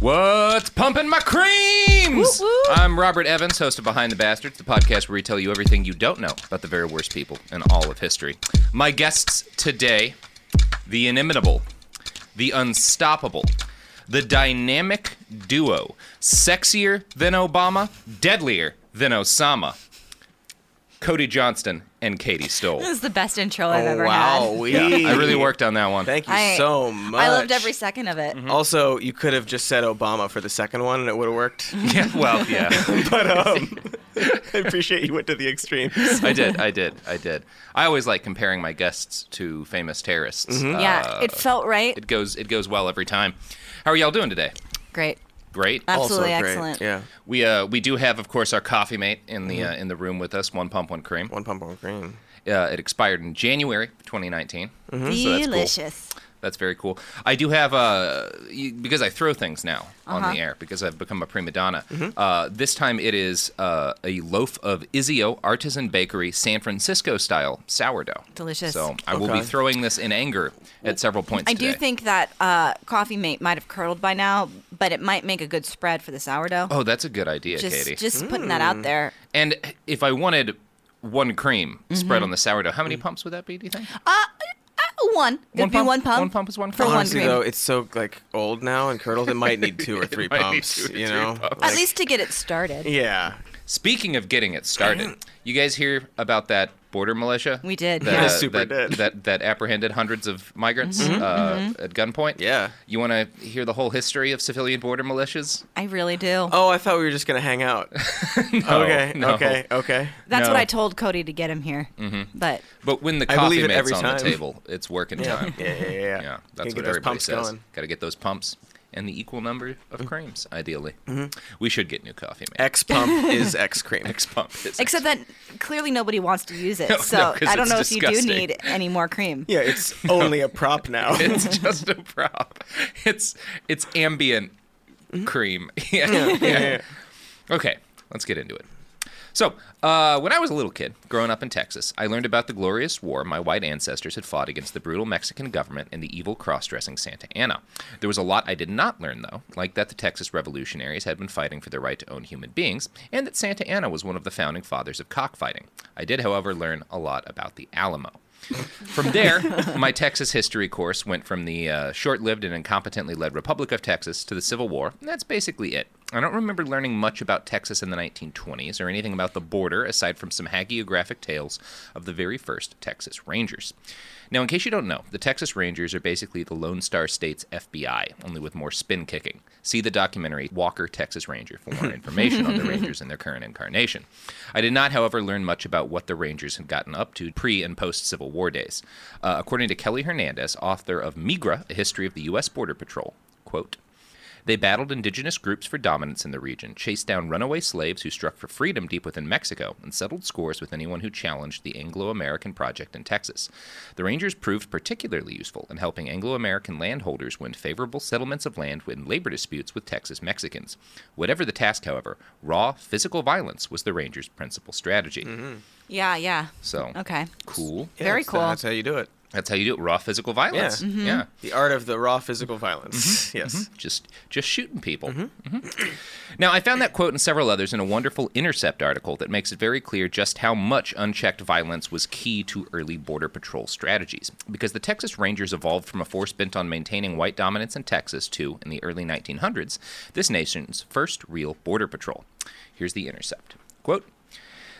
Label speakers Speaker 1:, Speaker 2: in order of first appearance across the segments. Speaker 1: What's pumping my creams? I'm Robert Evans, host of Behind the Bastards, the podcast where we tell you everything you don't know about the very worst people in all of history. My guests today, the inimitable, the unstoppable, the dynamic duo, sexier than Obama, deadlier than Osama, Cody Johnston and Katie Stoll.
Speaker 2: This is the best intro I've ever
Speaker 3: wow,
Speaker 2: had.
Speaker 3: Oh, we.
Speaker 1: Yeah, I Oh, really worked Mm-hmm. on that one.
Speaker 3: Thank you
Speaker 2: I-
Speaker 3: so much.
Speaker 2: I loved every second of it.
Speaker 1: Oh,
Speaker 3: Also, you could have just said Obama for the second one, and it would have worked.
Speaker 1: Yeah, well, yeah.
Speaker 3: but um, I appreciate you went to the extreme.
Speaker 1: I did. I did. I did. I always like comparing my guests to famous terrorists. Uh,
Speaker 3: Mm-hmm.
Speaker 2: yeah, it felt right.
Speaker 1: it goes it goes well every time. How are y'all doing today?
Speaker 2: great.
Speaker 1: Great.
Speaker 3: Also
Speaker 2: Absolutely
Speaker 3: great.
Speaker 2: excellent.
Speaker 3: Yeah, Mm-hmm.
Speaker 1: We uh we do have of course our coffee mate in the uh, in the room with us. One pump, one cream.
Speaker 3: one pump, one cream. Mm-hmm.
Speaker 1: Uh, it expired in January 2019. Mm-hmm, So that's cool.
Speaker 2: Delicious.
Speaker 1: That's very cool. I do have uh y- because I throw things now
Speaker 2: Uh-huh.
Speaker 1: on the air because I've become a prima donna.
Speaker 2: Mm-hmm.
Speaker 1: Uh, this time it is uh, a loaf of Izio Artisan Bakery San Francisco style sourdough.
Speaker 2: Delicious.
Speaker 1: So I will be
Speaker 3: Okay.
Speaker 1: throwing this in anger at several points.
Speaker 2: I do
Speaker 1: today.
Speaker 2: think that uh, Coffee Mate might have curdled by now, but it might make a good spread for the sourdough. Uh,
Speaker 1: Oh, that's a good idea,
Speaker 2: just
Speaker 1: Katie.
Speaker 2: just putting that
Speaker 3: Hmm.
Speaker 2: out there.
Speaker 1: And if I wanted one cream
Speaker 2: Mm-hmm.
Speaker 1: spread on the sourdough, how many
Speaker 2: Mm.
Speaker 1: pumps would that be? Do you think?
Speaker 2: Uh, One. It'd be one pump.
Speaker 1: One pump is one
Speaker 2: For
Speaker 1: cream.
Speaker 2: one
Speaker 3: Honestly,
Speaker 2: cream.
Speaker 3: though, it's so like old now and curdled. It might need two or three
Speaker 1: might need
Speaker 3: pumps.
Speaker 1: two or
Speaker 3: you
Speaker 1: three
Speaker 3: know,
Speaker 1: pumps.
Speaker 2: At
Speaker 3: Like,
Speaker 2: least to get it started.
Speaker 3: Yeah.
Speaker 1: Speaking of getting it started, you guys hear about that border militia?
Speaker 2: We did,
Speaker 1: That, uh,
Speaker 2: yeah.
Speaker 3: Yeah, super
Speaker 1: that,
Speaker 3: did.
Speaker 1: That, that apprehended hundreds of migrants
Speaker 2: Mm-hmm.
Speaker 1: uh, at gunpoint.
Speaker 3: Yeah.
Speaker 1: You want to hear the whole history of civilian border militias?
Speaker 2: I really do.
Speaker 3: Oh, I thought we were just gonna hang out. okay.
Speaker 1: no.
Speaker 3: Okay. Okay.
Speaker 2: That's
Speaker 1: no.
Speaker 2: what I told Cody to get him here. Mm-hmm. But
Speaker 1: But when the
Speaker 3: I
Speaker 1: coffee
Speaker 3: believe it
Speaker 1: mate's
Speaker 3: every
Speaker 1: on
Speaker 3: time.
Speaker 1: the table, it's working time.
Speaker 3: Yeah. Yeah. Yeah. yeah.
Speaker 1: Yeah,
Speaker 3: Gotta
Speaker 1: that's
Speaker 3: get
Speaker 1: what
Speaker 3: those
Speaker 1: everybody
Speaker 3: pumps
Speaker 1: says.
Speaker 3: going. Mm-hmm.
Speaker 1: Got to get those pumps and the equal number of creams, ideally. We should get new coffee, man.
Speaker 3: X pump is X cream.
Speaker 1: X pump is
Speaker 2: except that clearly nobody wants to use it.
Speaker 1: No, no,
Speaker 2: so
Speaker 1: 'cause
Speaker 2: I don't
Speaker 1: it's
Speaker 2: know if you
Speaker 1: disgusting.
Speaker 2: do need any more cream.
Speaker 3: Yeah, it's only a prop now.
Speaker 1: it's just a prop. It's it's ambient
Speaker 3: Mm-hmm.
Speaker 1: cream. Yeah. yeah. Okay, let's get into it. So, uh, when I was a little kid, growing up in Texas, I learned about the glorious war my white ancestors had fought against the brutal Mexican government and the evil cross dressing Santa Anna. There was a lot I did not learn, though, like that the Texas revolutionaries had been fighting for their right to own human beings, and that Santa Anna was one of the founding fathers of cockfighting. I did, however, learn a lot about the Alamo. From there, my Texas history course went from the uh, short lived and incompetently led Republic of Texas to the Civil War. and That's basically it. I don't remember learning much about Texas in the 1920s or anything about the border aside from some hagiographic tales of the very first Texas Rangers. Now, in case you don't know, the Texas Rangers are basically the Lone Star State's FBI, only with more spin kicking. See the documentary Walker, Texas Ranger for more information on the Rangers in their current incarnation. I did not, however, learn much about what the Rangers had gotten up to pre and post Civil War days. Uh, according to Kelly Hernandez, author of Migra, A History of the U.S. Border Patrol, quote, they battled indigenous groups for dominance in the region, chased down runaway slaves who struck for freedom deep within Mexico, and settled scores with anyone who challenged the Anglo American project in Texas. The Rangers proved particularly useful in helping Anglo American landholders win favorable settlements of land in labor disputes with Texas Mexicans. Whatever the task, however, raw physical violence was the Rangers' principal strategy.
Speaker 2: Yeah, yeah.
Speaker 1: So,
Speaker 2: Okay.
Speaker 1: cool.
Speaker 2: Yeah, Very it's- cool. Mm-hmm.
Speaker 3: That's how you do it.
Speaker 1: That's how you do it raw physical
Speaker 3: Yeah.
Speaker 1: violence. Yeah.
Speaker 3: The art of the raw physical violence. Yes. Mm-hmm.
Speaker 1: just just shooting people. Mhm. Now, I found that quote and several others in a wonderful Intercept article that makes it very clear just how much unchecked violence was key to early border patrol strategies. Because the Texas Rangers evolved from a force bent on maintaining white dominance in Texas to, in the early 1900s, this nation's first real border patrol. Here's the Intercept quote.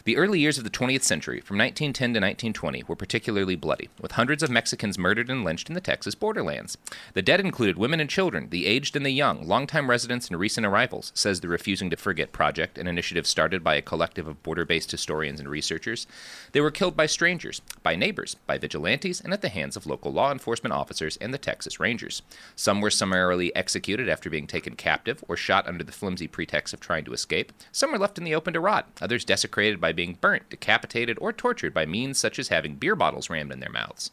Speaker 1: The early years of the 20th century, from 1910 to 1920, were particularly bloody, with hundreds of Mexicans murdered and lynched in the Texas borderlands. The dead included women and children, the aged and the young, longtime residents and recent arrivals, says the Refusing to Forget Project, an initiative started by a collective of border based historians and researchers. They were killed by strangers, by neighbors, by vigilantes, and at the hands of local law enforcement officers and the Texas Rangers. Some were summarily executed after being taken captive or shot under the flimsy pretext of trying to escape. Some were left in the open to rot, others desecrated by being burnt, decapitated, or tortured by means such as having beer bottles rammed in their mouths.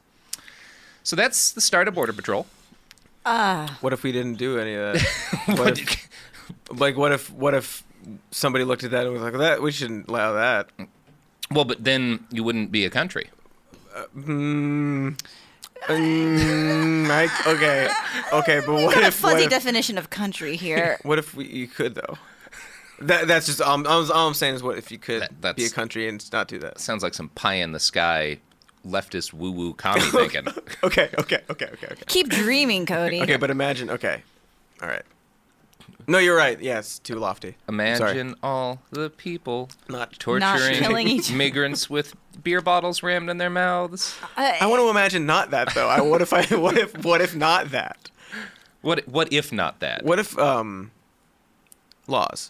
Speaker 1: So that's the start of Border Patrol.
Speaker 3: What if we didn't do any of that? What if, like, what if, what if somebody looked at that and was like, "That we shouldn't allow that."
Speaker 1: Well, but then you wouldn't be a country.
Speaker 3: Uh, Mm, mm, I, okay, okay, but what
Speaker 2: Got a
Speaker 3: if, what
Speaker 2: fuzzy
Speaker 3: if,
Speaker 2: definition of country here.
Speaker 3: what if we, you could though? That that's just um, all, I'm- all I'm saying is, what if you could
Speaker 1: That- that's-
Speaker 3: be a country and not do that?
Speaker 1: Sounds like some pie in the sky leftist woo woo commie thinking.
Speaker 3: Okay, okay, okay, okay, okay.
Speaker 2: Keep dreaming, Cody.
Speaker 3: Okay, but imagine. Okay, all right. No, you're right. Yeah, it's too lofty. I'm sorry.
Speaker 1: Imagine all the people
Speaker 3: Not-
Speaker 1: torturing
Speaker 2: Not killing each-
Speaker 1: migrants with beer bottles rammed in their mouths.
Speaker 2: I-
Speaker 3: I want to imagine not that though. I what if I what if what if not that?
Speaker 1: What what if not that?
Speaker 3: What if um laws?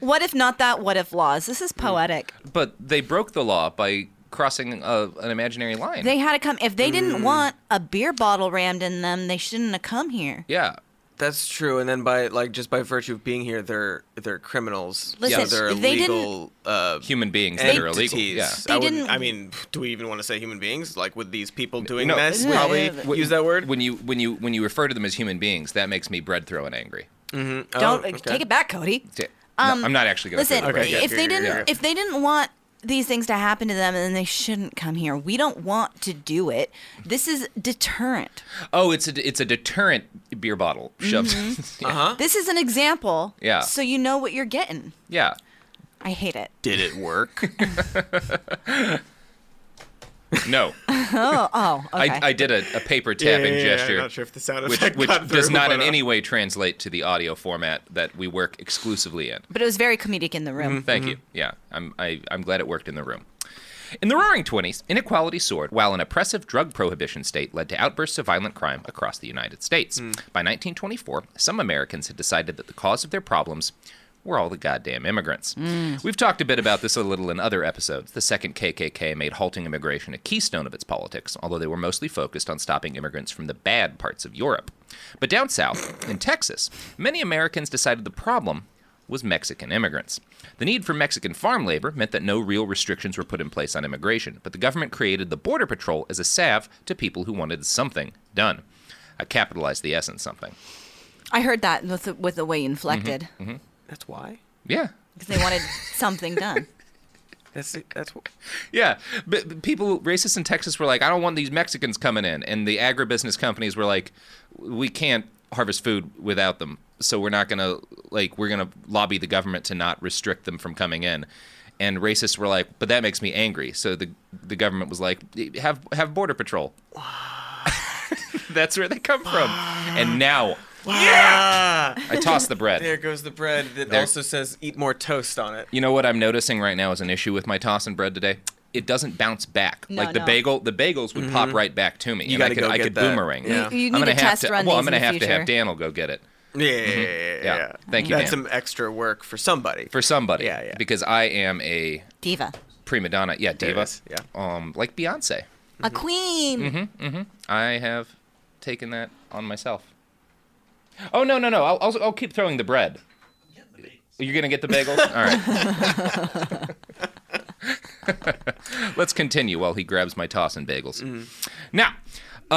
Speaker 2: what if not that? What if laws? This is poetic.
Speaker 1: But they broke the law by crossing a, an imaginary line.
Speaker 2: They had to come. If they didn't want a beer bottle rammed in them, they shouldn't have come here.
Speaker 1: yeah.
Speaker 3: That's true. And then by like just by virtue of being here, they're they're criminals.
Speaker 2: Listen,
Speaker 3: so they're
Speaker 2: they didn't-
Speaker 3: illegal. Uh,
Speaker 1: Human beings that are
Speaker 3: Entities.
Speaker 1: illegal. Yeah.
Speaker 2: They
Speaker 3: I, wouldn't-
Speaker 2: didn't-
Speaker 3: I mean, do we even want to say human beings? Like, would these people doing
Speaker 1: No,
Speaker 3: this
Speaker 2: yeah,
Speaker 3: probably
Speaker 2: yeah,
Speaker 1: but-
Speaker 3: use that word?
Speaker 1: When you when you when you refer to them as human beings, that makes me bread throwing angry.
Speaker 3: Oh,
Speaker 2: Don't uh,
Speaker 3: okay.
Speaker 2: take it back, Cody. Um,
Speaker 1: D- no, I'm not actually going to
Speaker 2: Listen,
Speaker 3: Okay, yeah,
Speaker 2: if they
Speaker 3: yeah,
Speaker 2: didn't,
Speaker 3: yeah.
Speaker 2: if they didn't want these things to happen to them, then they shouldn't come here. We don't want to do it. This is deterrent.
Speaker 1: Oh, it's a it's a deterrent beer bottle shoved.
Speaker 2: Mm-hmm.
Speaker 1: yeah.
Speaker 3: Uh-huh.
Speaker 2: This is an example.
Speaker 1: Yeah.
Speaker 2: So you know what you're getting.
Speaker 1: yeah.
Speaker 2: I hate it.
Speaker 3: Did it work?
Speaker 1: No.
Speaker 2: Oh, oh, okay.
Speaker 1: I, I did a, a paper tapping gesture.
Speaker 3: I'm not sure if the sound
Speaker 1: which
Speaker 3: effect
Speaker 1: which
Speaker 3: got
Speaker 1: does
Speaker 3: through,
Speaker 1: not
Speaker 3: but,
Speaker 1: in
Speaker 3: uh,
Speaker 1: any way translate to the audio format that we work exclusively in.
Speaker 2: but it was very comedic in the room.
Speaker 1: Mm-hmm. Thank you. Yeah, I'm I, I'm glad it worked in the room. In the Roaring Twenties, inequality soared, while an oppressive drug prohibition state led to outbursts of violent crime across the United States. By 1924, some Americans had decided that the cause of their problems were all the goddamn immigrants.
Speaker 2: Mm.
Speaker 1: We've talked a bit about this a little in other episodes. The second KKK made halting immigration a keystone of its politics, although they were mostly focused on stopping immigrants from the bad parts of Europe. But down south, in Texas, many Americans decided the problem was Mexican immigrants. The need for Mexican farm labor meant that no real restrictions were put in place on immigration, but the government created the Border Patrol as a salve to people who wanted something done. I capitalized the S in something.
Speaker 2: I heard that with the, with the way you inflected
Speaker 3: Mm-hmm. That's why.
Speaker 1: Mm-hmm. Yeah.
Speaker 2: because they wanted something done.
Speaker 3: That's that's. wh-
Speaker 1: Yeah. But but people, racists in Texas were like, I don't want these Mexicans coming in. And the agribusiness companies were like, we can't harvest food without them. So we're not going to, like, we're going to lobby the government to not restrict them from coming in. And racists were like, but that makes me angry. So the the government was like, have have border patrol. That's where they come from. And now
Speaker 3: Yeah!
Speaker 1: I tossed the bread.
Speaker 3: There goes the bread that
Speaker 1: There-
Speaker 3: also says eat more toast on it.
Speaker 1: You know what I'm noticing right now is an issue with my toss and bread today. It doesn't bounce back.
Speaker 3: No,
Speaker 1: like the
Speaker 3: no.
Speaker 1: bagel, the bagels would pop
Speaker 3: Mhm.
Speaker 1: right back to me.
Speaker 3: You
Speaker 1: and I
Speaker 3: gotta
Speaker 1: could,
Speaker 3: go
Speaker 1: I
Speaker 3: get
Speaker 1: could
Speaker 3: that.
Speaker 1: boomerang.
Speaker 3: You- Yeah. you
Speaker 1: I'm
Speaker 3: need
Speaker 1: gonna
Speaker 3: to
Speaker 1: have
Speaker 3: test
Speaker 1: to.
Speaker 3: run
Speaker 1: well,
Speaker 3: these
Speaker 1: I'm gonna
Speaker 3: in the
Speaker 1: have to have
Speaker 3: future.
Speaker 1: Dan will go get it.
Speaker 3: Yeah, yeah,
Speaker 1: Mhm.
Speaker 3: yeah, yeah,
Speaker 1: Yeah.
Speaker 3: yeah.
Speaker 1: Thank you,
Speaker 3: That's
Speaker 1: Dan.
Speaker 3: some extra work for somebody.
Speaker 1: For somebody. Yeah, yeah. Because I am a
Speaker 2: Diva.
Speaker 1: prima donna. Yeah, diva. Yeah. Um, like Beyonce.
Speaker 2: A queen.
Speaker 1: Mm-hmm. Mm-hmm. I have taken that on myself. Oh no no no! I'll I'll, I'll keep throwing the bread. You're gonna get the bagels. All right. Let's continue while he grabs my toss and bagels. Now,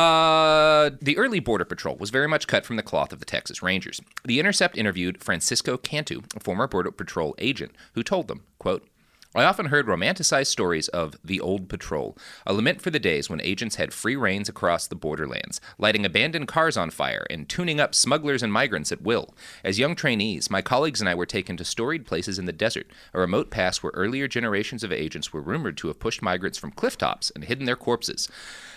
Speaker 1: uh, the early Border Patrol was very much cut from the cloth of the Texas Rangers. The Intercept interviewed Francisco Cantu, a former Border Patrol agent, who told them, quote, I often heard romanticized stories of the old patrol, a lament for the days when agents had free reins across the borderlands, lighting abandoned cars on fire and tuning up smugglers and migrants at will. As young trainees, my colleagues and I were taken to storied places in the desert, a remote pass where earlier generations of agents were rumored to have pushed migrants from cliff tops and hidden their corpses.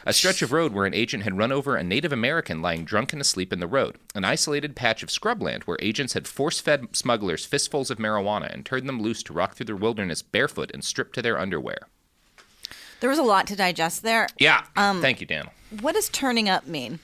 Speaker 1: A stretch of road where an agent had run over a Native American lying drunk and asleep in the road. An isolated patch of scrubland where agents had force fed smugglers fistfuls of marijuana and turned them loose to rock through the wilderness barefoot and stripped to their underwear.
Speaker 2: There was a lot to digest there.
Speaker 1: Yeah.
Speaker 2: Um,
Speaker 1: Thank you, Dan.
Speaker 2: What does turning up mean?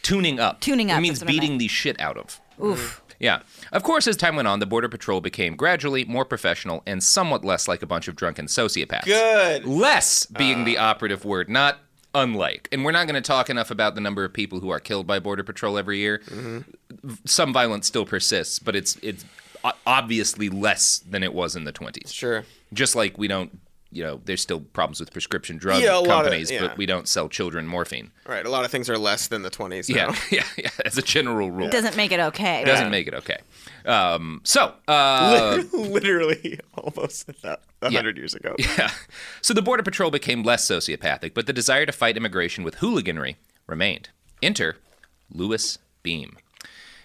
Speaker 1: Tuning up.
Speaker 2: Tuning
Speaker 1: It
Speaker 2: up,
Speaker 1: means
Speaker 2: that's what I
Speaker 1: beating
Speaker 2: meant.
Speaker 1: the shit out of.
Speaker 3: Mm.
Speaker 2: Oof.
Speaker 1: Yeah. Of course, as time went on, the Border Patrol became gradually more professional and somewhat less like a bunch of drunken sociopaths.
Speaker 3: Good. Ah.
Speaker 1: Less being the operative word, not unlike. And we're not going to talk enough about the number of people who are killed by Border Patrol every year.
Speaker 3: Mm-hmm.
Speaker 1: Some violence still persists, but it's it's o- obviously less than it was in the 20s.
Speaker 3: Sure.
Speaker 1: Just like we don't, you know, there's still problems with prescription drug
Speaker 3: Yeah, a lot of-
Speaker 1: companies,
Speaker 3: yeah.
Speaker 1: but we don't sell children morphine.
Speaker 3: Right, a lot of things are less than the 20s.
Speaker 1: Yeah,
Speaker 3: now.
Speaker 1: yeah, yeah. As a general rule,
Speaker 2: It doesn't make it okay.
Speaker 1: It doesn't
Speaker 2: right?
Speaker 1: make it okay. Um, so, uh,
Speaker 3: literally almost a
Speaker 1: Yeah.
Speaker 3: hundred years ago.
Speaker 1: yeah. So the Border Patrol became less sociopathic, but the desire to fight immigration with hooliganry remained. Enter Lewis Beam.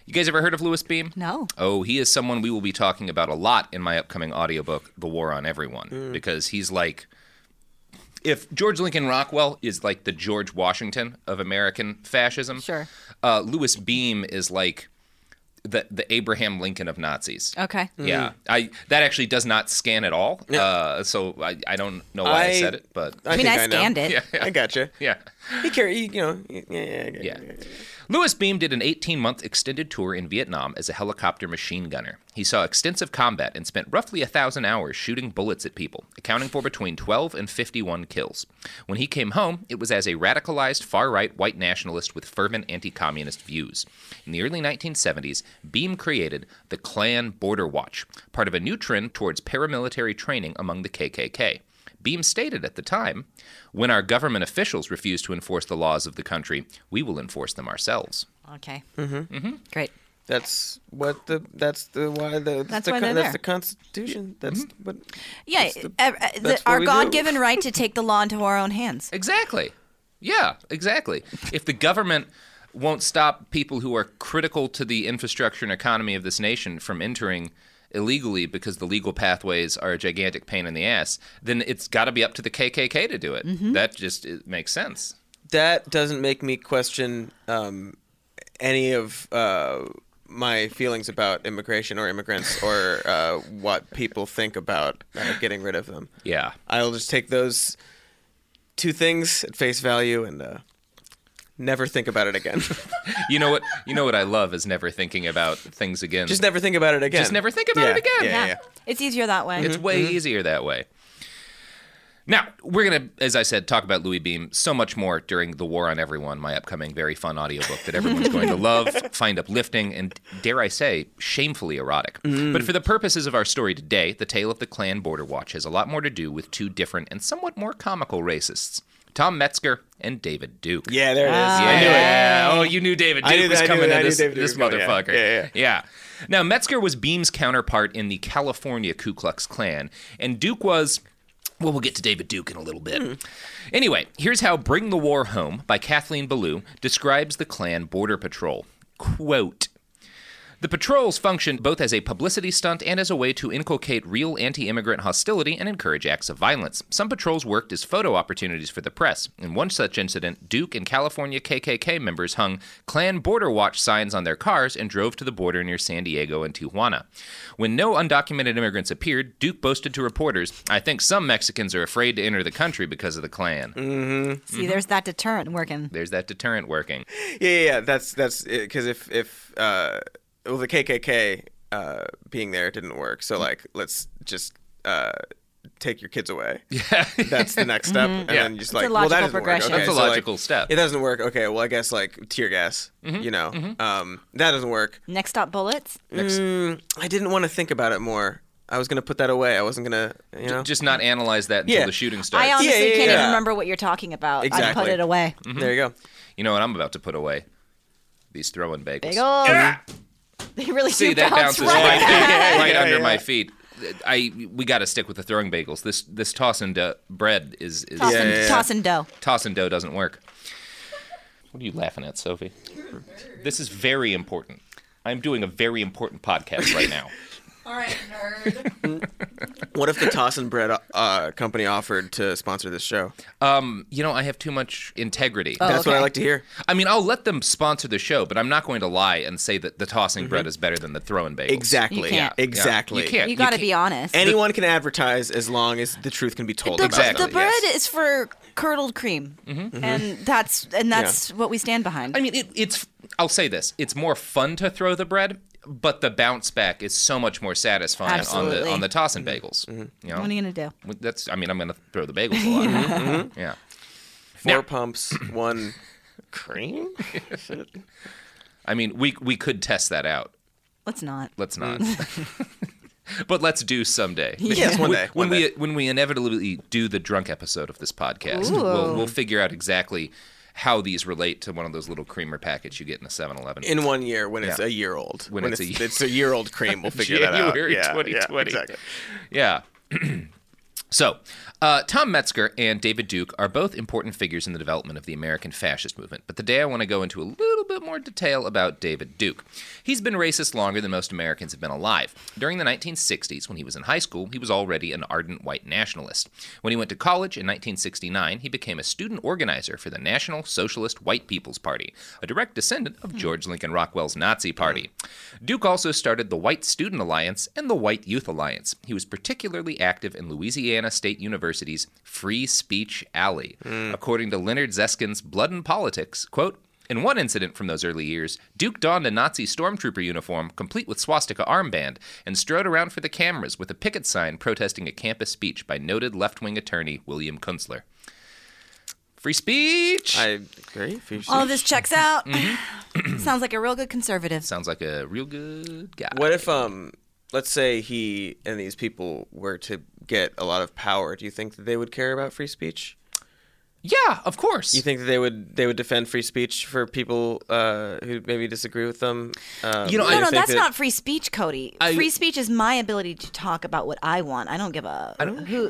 Speaker 1: You guys ever heard of Lewis Beam?
Speaker 2: No.
Speaker 1: Oh, he is someone we will be talking about a lot in my upcoming audiobook, The War on Everyone,
Speaker 3: Mm.
Speaker 1: because he's like if George Lincoln Rockwell is like the George Washington of American fascism,
Speaker 2: Sure.
Speaker 1: Uh, Lewis Beam is like the the Abraham Lincoln of Nazis.
Speaker 2: Okay.
Speaker 3: Mm.
Speaker 1: Yeah, I that actually does not scan at all. Uh, so I, I don't know why I,
Speaker 3: I-
Speaker 1: said it, but
Speaker 3: I I mean, think I I know. scanned it.
Speaker 1: Yeah, yeah.
Speaker 3: I gotcha.
Speaker 1: Yeah.
Speaker 3: He carry, you know, yeah, yeah, yeah. yeah.
Speaker 1: Lewis Beam did an 18 month extended tour in Vietnam as a helicopter machine gunner. He saw extensive combat and spent roughly a thousand hours shooting bullets at people, accounting for between 12 and 51 kills. When he came home, it was as a radicalized far right white nationalist with fervent anti communist views. In the early 1970s, Beam created the Klan Border Watch, part of a new trend towards paramilitary training among the KKK. Beam stated at the time when our government officials refuse to enforce the laws of the country, we will enforce them ourselves.
Speaker 2: Okay.
Speaker 3: Mm-hmm.
Speaker 2: Mm-hmm. Great.
Speaker 3: That's what the. That's the why the. That's,
Speaker 2: That's
Speaker 3: the,
Speaker 2: why
Speaker 3: con-
Speaker 2: they're
Speaker 3: that's
Speaker 2: there.
Speaker 3: the Constitution. That's what.
Speaker 2: Yeah,
Speaker 3: That's the-
Speaker 2: ev- uh, the-
Speaker 3: that's what
Speaker 2: our
Speaker 3: we do.
Speaker 2: God-given right to take the law into our own hands.
Speaker 1: Exactly. Yeah, exactly. If the government won't stop people who are critical to the infrastructure and economy of this nation from entering illegally because the legal pathways are a gigantic pain in the ass, then it's got to be up to the KKK to do it. That just it makes sense.
Speaker 3: That doesn't make me question um, any of uh, my feelings about immigration or immigrants or uh, what people think about uh, getting rid of them.
Speaker 1: Yeah.
Speaker 3: I'll just take those two things at face value and uh, never think about it again.
Speaker 1: You know what? You know what I love is never thinking about things again.
Speaker 3: just never think about it again.
Speaker 1: Just never think about it again.
Speaker 3: Yeah, yeah. yeah. Mm-hmm.
Speaker 2: It's easier that way.
Speaker 1: It's way easier that way. Now, we're going to, as I said, talk about Louis Beam so much more during The War on Everyone, my upcoming very fun audiobook that everyone's going to love, find uplifting, and dare I say, shamefully erotic.
Speaker 4: Mm.
Speaker 1: But for the purposes of our story today, the tale of the Klan Border Watch has a lot more to do with two different and somewhat more comical racists. Tom Metzger and David Duke.
Speaker 3: Yeah, there it is.
Speaker 1: Yeah.
Speaker 3: Ah. I knew it.
Speaker 1: Oh, you knew David
Speaker 3: I
Speaker 1: Duke
Speaker 3: knew
Speaker 1: was
Speaker 3: that- I knew
Speaker 1: coming
Speaker 3: that- I
Speaker 1: in
Speaker 3: knew
Speaker 1: this,
Speaker 3: David Duke
Speaker 1: this
Speaker 3: was coming, yeah.
Speaker 1: motherfucker.
Speaker 3: Yeah, yeah.
Speaker 1: Yeah. Now, Metzger was Beam's counterpart in the California Ku Klux Klan, and Duke was. Well, we'll get to David Duke in a little bit.
Speaker 3: Hmm.
Speaker 1: Anyway, here's how Bring the War Home by Kathleen Ballou describes the Klan Border Patrol. Quote The patrols functioned both as a publicity stunt and as a way to inculcate real anti immigrant hostility and encourage acts of violence. Some patrols worked as photo opportunities for the press. In one such incident, Duke and California KKK members hung Klan Border Watch signs on their cars and drove to the border near San Diego and Tijuana. When no undocumented immigrants appeared, Duke boasted to reporters, I think some Mexicans are afraid to enter the country because of the Klan.
Speaker 3: Mm-hmm.
Speaker 2: See, there's that deterrent working.
Speaker 1: There's that deterrent working.
Speaker 3: Yeah, yeah, yeah. That's that's because if if uh, well the KKK uh, being there didn't work,
Speaker 1: Mm-hmm.
Speaker 3: so like let's just uh, take your kids away.
Speaker 1: Yeah,
Speaker 3: that's the next step,
Speaker 1: Mhm.
Speaker 3: and
Speaker 1: Yeah.
Speaker 3: then you're
Speaker 1: It's
Speaker 3: just
Speaker 1: a
Speaker 3: like well
Speaker 1: logical
Speaker 3: that doesn't
Speaker 1: progression.
Speaker 3: work. Okay,
Speaker 1: That's a
Speaker 3: so, like,
Speaker 1: logical step. Mm-hmm.
Speaker 3: It doesn't work. Okay, well I guess like tear gas. You know, um, that doesn't work.
Speaker 2: Next stop bullets.
Speaker 3: Mm, I didn't want to think about it more. I was gonna put that away. I wasn't gonna, you know,
Speaker 1: Just not analyze that until
Speaker 3: Yeah.
Speaker 1: the shooting starts.
Speaker 2: I honestly
Speaker 3: yeah,
Speaker 2: can't even
Speaker 3: yeah.
Speaker 2: remember what you're talking about. I put
Speaker 1: Exactly. Mm-hmm.
Speaker 2: it away.
Speaker 3: There you go.
Speaker 1: You know what I'm about to put away? These throwing bagels.
Speaker 2: Big ol'. They really
Speaker 1: See
Speaker 2: do
Speaker 1: that
Speaker 2: bounce
Speaker 1: bounces
Speaker 2: right.
Speaker 1: right, right
Speaker 3: Yeah,
Speaker 1: under
Speaker 3: yeah.
Speaker 1: my feet. I we got to stick with the throwing bagels. This this toss and uh, bread is, is
Speaker 2: Toss, and, toss and dough.
Speaker 1: toss and dough doesn't work. What are you laughing at, Sophie? This is very important. I'm doing a very important podcast right now.
Speaker 5: All right, nerd.
Speaker 3: What if the Toss and Bread uh, company offered to sponsor this show?
Speaker 1: Um, you know, I have too much integrity.
Speaker 3: Oh, That's what I okay. like to hear.
Speaker 1: I mean, I'll let them sponsor the show, but I'm not going to lie and say that the tossing bread is better than the throwing bagels.
Speaker 3: Mm-hmm. Exactly.
Speaker 2: You can't.
Speaker 1: Yeah.
Speaker 3: Exactly.
Speaker 1: You can't.
Speaker 2: You got to be honest.
Speaker 3: Anyone can advertise as long as the truth can be told.
Speaker 2: the,
Speaker 3: about
Speaker 2: the
Speaker 3: it.
Speaker 2: bread is for curdled cream, and that's and
Speaker 3: Yeah.
Speaker 2: that's what we stand behind.
Speaker 1: Mm-hmm. I mean, it, it's. I'll say this: it's more fun to throw the bread, but the bounce back is so much more satisfying on
Speaker 2: Absolutely.
Speaker 1: the on the toss and
Speaker 3: Mm-hmm.
Speaker 1: bagels. You know,
Speaker 2: what are you gonna do?
Speaker 1: Well, that's. I mean, I'm gonna throw the bagels a lot. Mm-hmm. Yeah.
Speaker 3: Mm-hmm. Four pumps, one cream. Shit.
Speaker 1: I mean, we we could test that out.
Speaker 2: Let's not. Mm.
Speaker 1: Let's not. But let's do someday.
Speaker 3: Yes, one
Speaker 1: When-
Speaker 3: day,
Speaker 1: When
Speaker 3: one
Speaker 1: we when we inevitably do the drunk episode of this podcast,
Speaker 2: Ooh.
Speaker 1: we'll we'll figure out exactly how these relate to one of those little creamer packets you get in a 7-Eleven.
Speaker 3: In one year, when it's
Speaker 1: Yeah.
Speaker 3: a year old.
Speaker 1: When it's a year-
Speaker 3: it's a year old cream, we'll figure that out.
Speaker 1: January
Speaker 3: Yeah,
Speaker 1: 2020.
Speaker 3: Yeah, exactly.
Speaker 1: Yeah. so, uh, Tom Metzger and David Duke are both important figures in the development of the American fascist movement. But today I want to go into a little bit more detail about David Duke. He's been racist longer than most Americans have been alive. During the 1960s, when he was in high school, he was already an ardent white nationalist. When he went to college in 1969, he became a student organizer for the National Socialist White People's Party, a direct descendant of George Lincoln Rockwell's Nazi Party. Duke also started the White Student Alliance and the White Youth Alliance. He was particularly active in Louisiana State University's Free Speech Alley. According to Leonard Zeskin's Blood and Politics, quote, in one incident from those early years, Duke donned a Nazi stormtrooper uniform complete with swastika armband and strode around for the cameras with a picket sign protesting a campus speech by noted left wing attorney William Kunstler. Free speech!
Speaker 3: I agree. If you should-
Speaker 2: All this checks out.
Speaker 1: Mm-hmm.
Speaker 2: Sounds like a real good conservative.
Speaker 1: Sounds like a real good guy.
Speaker 3: What if um let's say he and these people were to get a lot of power, do you think that they would care about free speech?
Speaker 1: Yeah, of course.
Speaker 3: You think that they would they would defend free speech for people uh, who maybe disagree with them? Um,
Speaker 1: You know,
Speaker 3: do
Speaker 1: I
Speaker 2: No, no,
Speaker 3: think
Speaker 2: that's
Speaker 3: that-
Speaker 2: not free speech, Cody.
Speaker 1: I-
Speaker 2: free speech is my ability to talk about what I want. I don't give a
Speaker 1: don't-
Speaker 2: who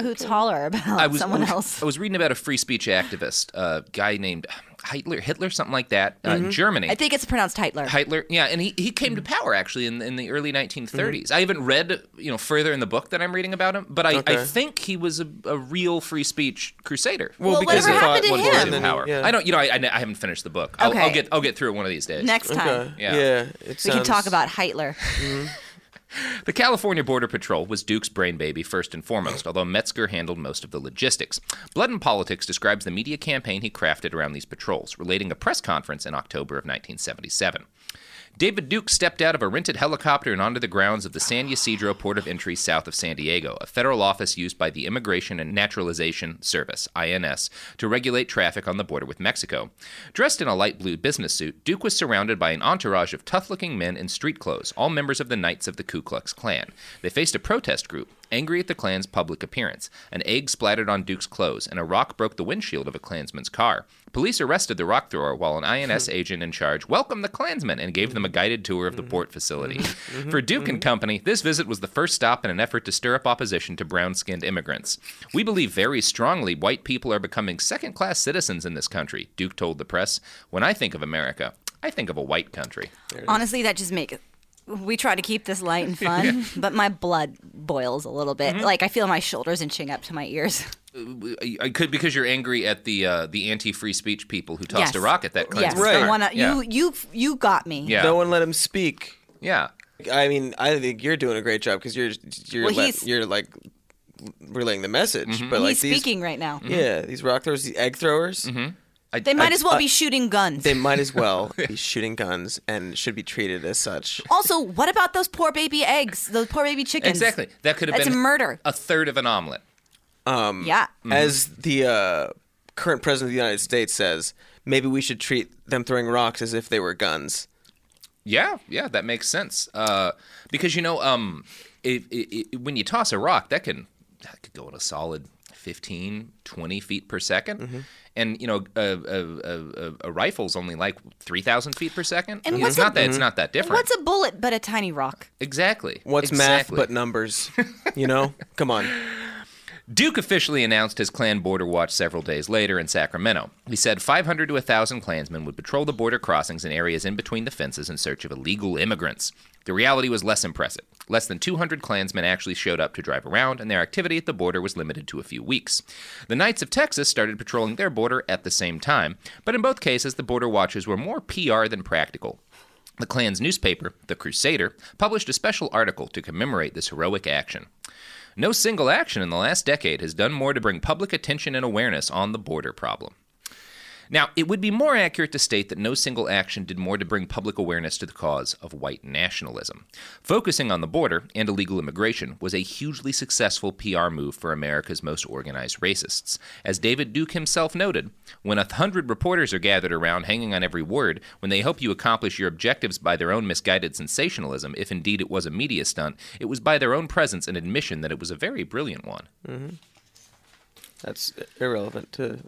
Speaker 2: who's taller about
Speaker 1: I was,
Speaker 2: someone
Speaker 1: I was-
Speaker 2: else.
Speaker 1: I was reading about a free speech activist, a guy named Hitler, Hitler, something like that, uh, in Germany.
Speaker 2: Mm-hmm. I think Mm-hmm. it's pronounced Heitler.
Speaker 1: Hitler, yeah, and he, he came to power actually in, in the early 1930s.
Speaker 2: Mm-hmm.
Speaker 1: I haven't read you know further in the book that I'm reading about him, but I, I
Speaker 3: Okay.
Speaker 1: think he was a, a real free speech crusader.
Speaker 2: Well,
Speaker 3: because
Speaker 2: whatever
Speaker 3: they
Speaker 2: happened
Speaker 3: thought
Speaker 2: to
Speaker 3: one
Speaker 2: him?
Speaker 3: person-
Speaker 1: in
Speaker 3: then,
Speaker 1: power.
Speaker 3: yeah.
Speaker 1: I don't, you know, I, I, I haven't finished the book. I'll, I'll
Speaker 2: Okay.
Speaker 1: get I'll get through it one of these days.
Speaker 2: Next time
Speaker 3: Okay.
Speaker 1: Yeah.
Speaker 3: Yeah. it
Speaker 2: we can
Speaker 3: sounds- Mm-hmm.
Speaker 2: talk about Heitler.
Speaker 1: The California Border Patrol was Duke's brain baby first and foremost, although Metzger handled most of the logistics. Blood and Politics describes the media campaign he crafted around these patrols, relating a press conference in October of 1977. David Duke stepped out of a rented helicopter and onto the grounds of the San Ysidro Port of Entry south of San Diego, a federal office used by the Immigration and Naturalization Service, INS, to regulate traffic on the border with Mexico. Dressed in a light blue business suit, Duke was surrounded by an entourage of tough looking men in street clothes, all members of the Knights of the Ku Klux Klan. They faced a protest group, angry at the Klan's public appearance. An egg splattered on Duke's clothes, and a rock broke the windshield of a Klansman's car. Police arrested the rock thrower while an INS agent in charge welcomed the Klansmen and gave them a guided tour of the port facility. For Duke and Company, this visit was the first stop in an effort to stir up opposition to brown skinned immigrants. We believe very strongly white people are becoming second class citizens in this country, Duke told the press. When I think of America, I think of a white country.
Speaker 2: Honestly, that just makes we try to keep this light and fun,
Speaker 1: Yeah.
Speaker 2: but my blood boils a little bit.
Speaker 1: Mhm.
Speaker 3: Mm-hmm.
Speaker 2: Like I feel my shoulders inching up to my ears.
Speaker 1: I I could because you're angry at the uh, the anti free speech people who tossed
Speaker 2: Yes.
Speaker 1: a rock at that
Speaker 2: Yes,
Speaker 1: Clinton
Speaker 2: the
Speaker 1: car.
Speaker 2: one I-
Speaker 1: yeah.
Speaker 2: you you you got me.
Speaker 1: Yeah.
Speaker 3: No one let him speak.
Speaker 1: Yeah.
Speaker 3: I mean, I think you're doing a great job because you're you're
Speaker 2: Well,
Speaker 3: let-
Speaker 2: he's-
Speaker 3: you're like relaying the message,
Speaker 1: Mhm.
Speaker 3: but like
Speaker 2: He's
Speaker 3: these,
Speaker 2: speaking right now.
Speaker 1: Mm-hmm.
Speaker 3: Yeah, these rock throwers, these egg throwers.
Speaker 2: They might as well be shooting guns.
Speaker 3: They might as well be shooting guns and should be treated as such.
Speaker 2: also, what about those poor baby eggs? Those poor baby chickens.
Speaker 1: Exactly. That could have
Speaker 2: That's
Speaker 1: been
Speaker 2: murder.
Speaker 1: a third of an omelet. Mm-hmm.
Speaker 3: Um,
Speaker 2: Yeah.
Speaker 3: As the uh, current president of the United States says, maybe we should treat them throwing rocks as if they were guns.
Speaker 1: Yeah, yeah, that makes sense. Uh, because you know, um, it, it, it, when you toss a rock, that can that could go in a solid 15, 20 feet per 2nd
Speaker 3: Mm-hmm.
Speaker 1: and you know, a, a, a, a, a rifle's only like three thousand feet per second. Mm-hmm.
Speaker 2: And
Speaker 1: It's
Speaker 2: what's
Speaker 1: not
Speaker 2: a-
Speaker 3: Mm-hmm.
Speaker 1: that it's not that different.
Speaker 2: What's a bullet but a tiny rock?
Speaker 1: exactly?
Speaker 3: What's
Speaker 1: exactly.
Speaker 3: math but numbers? You know? Come on.
Speaker 1: Duke officially announced his clan border watch several days later in Sacramento. He said 500 to 1,000 clansmen would patrol the border crossings and areas in between the fences in search of illegal immigrants. The reality was less impressive. Less than 200 clansmen actually showed up to drive around, and their activity at the border was limited to a few weeks. The Knights of Texas started patrolling their border at the same time, but in both cases, the border watches were more PR than practical. The Klan's newspaper, The Crusader, published a special article to commemorate this heroic action. No single action in the last decade has done more to bring public attention and awareness on the border problem. Now, it would be more accurate to state that no single action did more to bring public awareness to the cause of white nationalism. Focusing on the border and illegal immigration was a hugely successful PR move for America's most organized racists. As David Duke himself noted, when a hundred reporters are gathered around hanging on every word, when they help you accomplish your objectives by their own misguided sensationalism, if indeed it was a media stunt, it was by their own presence and admission that it was a very brilliant one.
Speaker 3: Mm-hmm. That's irrelevant to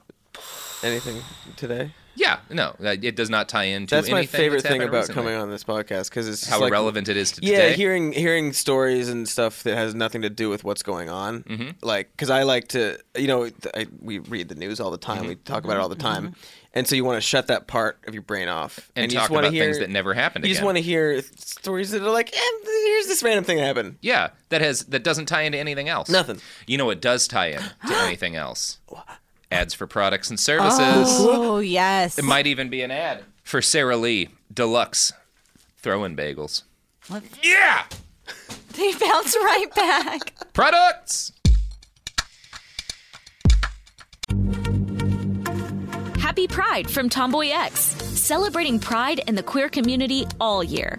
Speaker 3: anything today.
Speaker 1: Yeah, no, that- it does not tie into
Speaker 3: That's my
Speaker 1: anything
Speaker 3: favorite
Speaker 1: that's
Speaker 3: thing
Speaker 1: happened
Speaker 3: about
Speaker 1: recently.
Speaker 3: coming on this podcast because it's just
Speaker 1: How
Speaker 3: like-
Speaker 1: relevant it is to
Speaker 3: yeah,
Speaker 1: today.
Speaker 3: hearing hearing stories and stuff that has nothing to do with what's going on.
Speaker 1: Mhm.
Speaker 3: Like, because I like to, you know, th- I, we read the news all the time,
Speaker 1: Mm-hmm.
Speaker 3: we talk about it all the time, and so you want to shut that part of your brain off
Speaker 1: and,
Speaker 3: you
Speaker 1: talk
Speaker 3: just wanna
Speaker 1: about
Speaker 3: hear,
Speaker 1: things that never happened
Speaker 3: You
Speaker 1: again.
Speaker 3: just want to hear stories that are like, eh, here's this random thing that happened.
Speaker 1: Yeah, that has that doesn't tie into anything else.
Speaker 3: Nothing.
Speaker 1: You know, it does tie in to anything else. Ads for products and services.
Speaker 2: Oh yes.
Speaker 1: It might even be an ad for Sara Lee Deluxe throw-in bagels. Yeah,
Speaker 2: They bounce right back.
Speaker 1: products.
Speaker 6: Happy Pride from Tomboy X, celebrating pride in the queer community all year.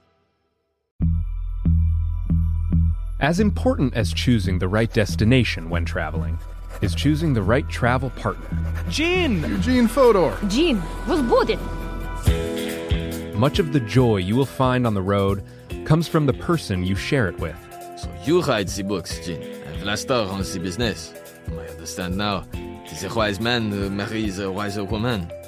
Speaker 7: As important as choosing the right destination when traveling is choosing the right travel partner.
Speaker 8: Gene!
Speaker 9: Eugene Fodor!
Speaker 10: Gene, возбудит!
Speaker 7: Much of the joy you will find on the road comes from the person you share it with.
Speaker 11: So you write the books, Jin, and Vlastar runs the business. I understand now. It is a wise man who marries a wiser woman.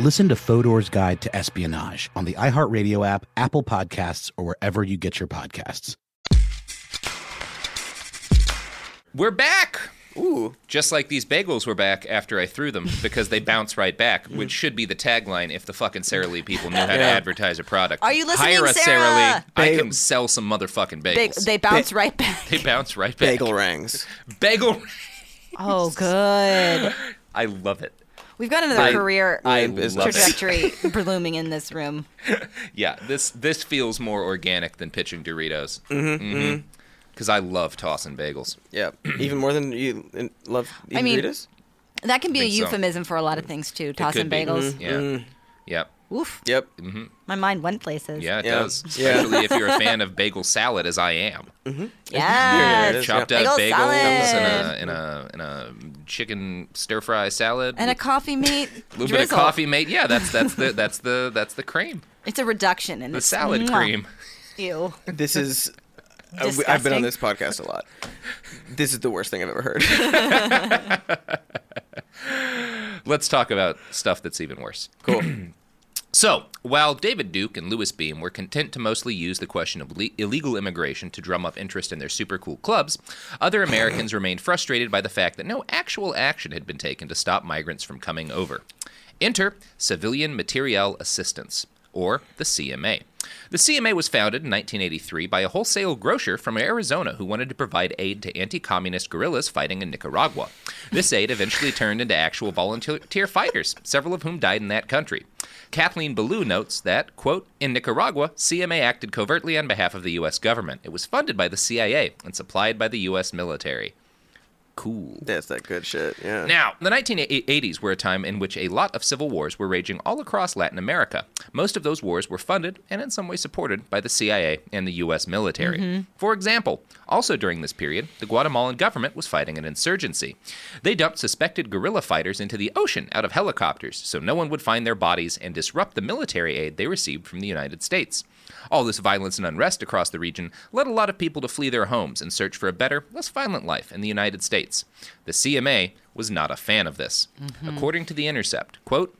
Speaker 12: Listen to Fodor's Guide to Espionage on the iHeartRadio app, Apple Podcasts, or wherever you get your podcasts.
Speaker 1: We're back.
Speaker 3: Ooh.
Speaker 1: Just like these bagels were back after I threw them because they bounce right back, which should be the tagline if the fucking Sara Lee people knew how to
Speaker 3: Yeah.
Speaker 1: advertise a product.
Speaker 2: Are you listening,
Speaker 1: Hire us,
Speaker 2: Sara?
Speaker 1: Sara Lee. I
Speaker 3: Bagel-
Speaker 1: can sell some motherfucking
Speaker 2: They,
Speaker 1: bagels.
Speaker 2: they bounce right back.
Speaker 1: They bounce right back.
Speaker 3: Bagel rings.
Speaker 1: Bagel.
Speaker 2: Oh, good.
Speaker 1: I love it.
Speaker 2: We've got another
Speaker 1: I-
Speaker 2: career
Speaker 1: I love it.
Speaker 2: trajectory blooming in this room.
Speaker 1: Yeah, this this feels more organic than pitching Doritos.
Speaker 3: Mhm, mhm.
Speaker 1: Because I love tossing bagels.
Speaker 3: Yeah, even more than you in- love. Even
Speaker 2: I mean,
Speaker 3: Rita's?
Speaker 2: that can be a
Speaker 1: Think so.
Speaker 2: euphemism for a lot of things too.
Speaker 1: It
Speaker 2: Tossing
Speaker 1: could be. Mm-hmm. Yeah.
Speaker 2: bagels.
Speaker 1: Yep.
Speaker 2: Oof.
Speaker 3: Mm-hmm, Yep.
Speaker 1: hmm
Speaker 2: My mind went places.
Speaker 1: Yeah, it
Speaker 3: Yeah.
Speaker 1: does.
Speaker 3: Yeah. Mm-hmm.
Speaker 1: Especially if you're a fan of bagel salad, as I am.
Speaker 2: Yes.
Speaker 1: Chopped
Speaker 2: Bagel
Speaker 1: up bagels
Speaker 2: salad.
Speaker 1: and a and a and a chicken stir fry salad.
Speaker 2: And a coffee meat.
Speaker 1: a little bit of coffee, mate. Yeah, that's that's the that's the that's the cream.
Speaker 2: It's a reduction in
Speaker 1: The salad cream.
Speaker 2: Ew.
Speaker 3: This is. I- we- I've been on
Speaker 2: Disgusting.
Speaker 3: this podcast a lot. This is the worst thing I've ever heard.
Speaker 1: Let's talk about stuff that's even worse. Cool. so, while David Duke and Lewis Beam were content to mostly use the question of le- illegal immigration to drum up interest in their super cool clubs, other Americans remained frustrated by the fact that no actual action had been taken to stop migrants from coming over. Enter Civilian Materiel Assistance, or the CMA. The CMA was founded in 1983 by a wholesale grocer from Arizona who wanted to provide aid to anti communist guerrillas fighting in Nicaragua. This aid eventually turned into actual volunteer fighters, several of whom died in that country. Kathleen Ballou notes that, quote, in Nicaragua, CMA acted covertly on behalf of the U.S. government. It was funded by the CIA and supplied by the U.S. military. Cool.
Speaker 3: That's that good shit. Yeah.
Speaker 1: Now, the 1980s were a time in which a lot of civil wars were raging all across Latin America. Most of those wars were funded and in some way supported by the CIA and the US military.
Speaker 13: Mhm.
Speaker 1: For example, also during this period, the Guatemalan government was fighting an insurgency. They dumped suspected guerrilla fighters into the ocean out of helicopters so no one would find their bodies and disrupt the military aid they received from the United States. All this violence and unrest across the region led a lot of people to flee their homes and search for a better, less violent life in the United States. The CMA was not a fan of this.
Speaker 13: Mhm.
Speaker 1: According to The Intercept, quote,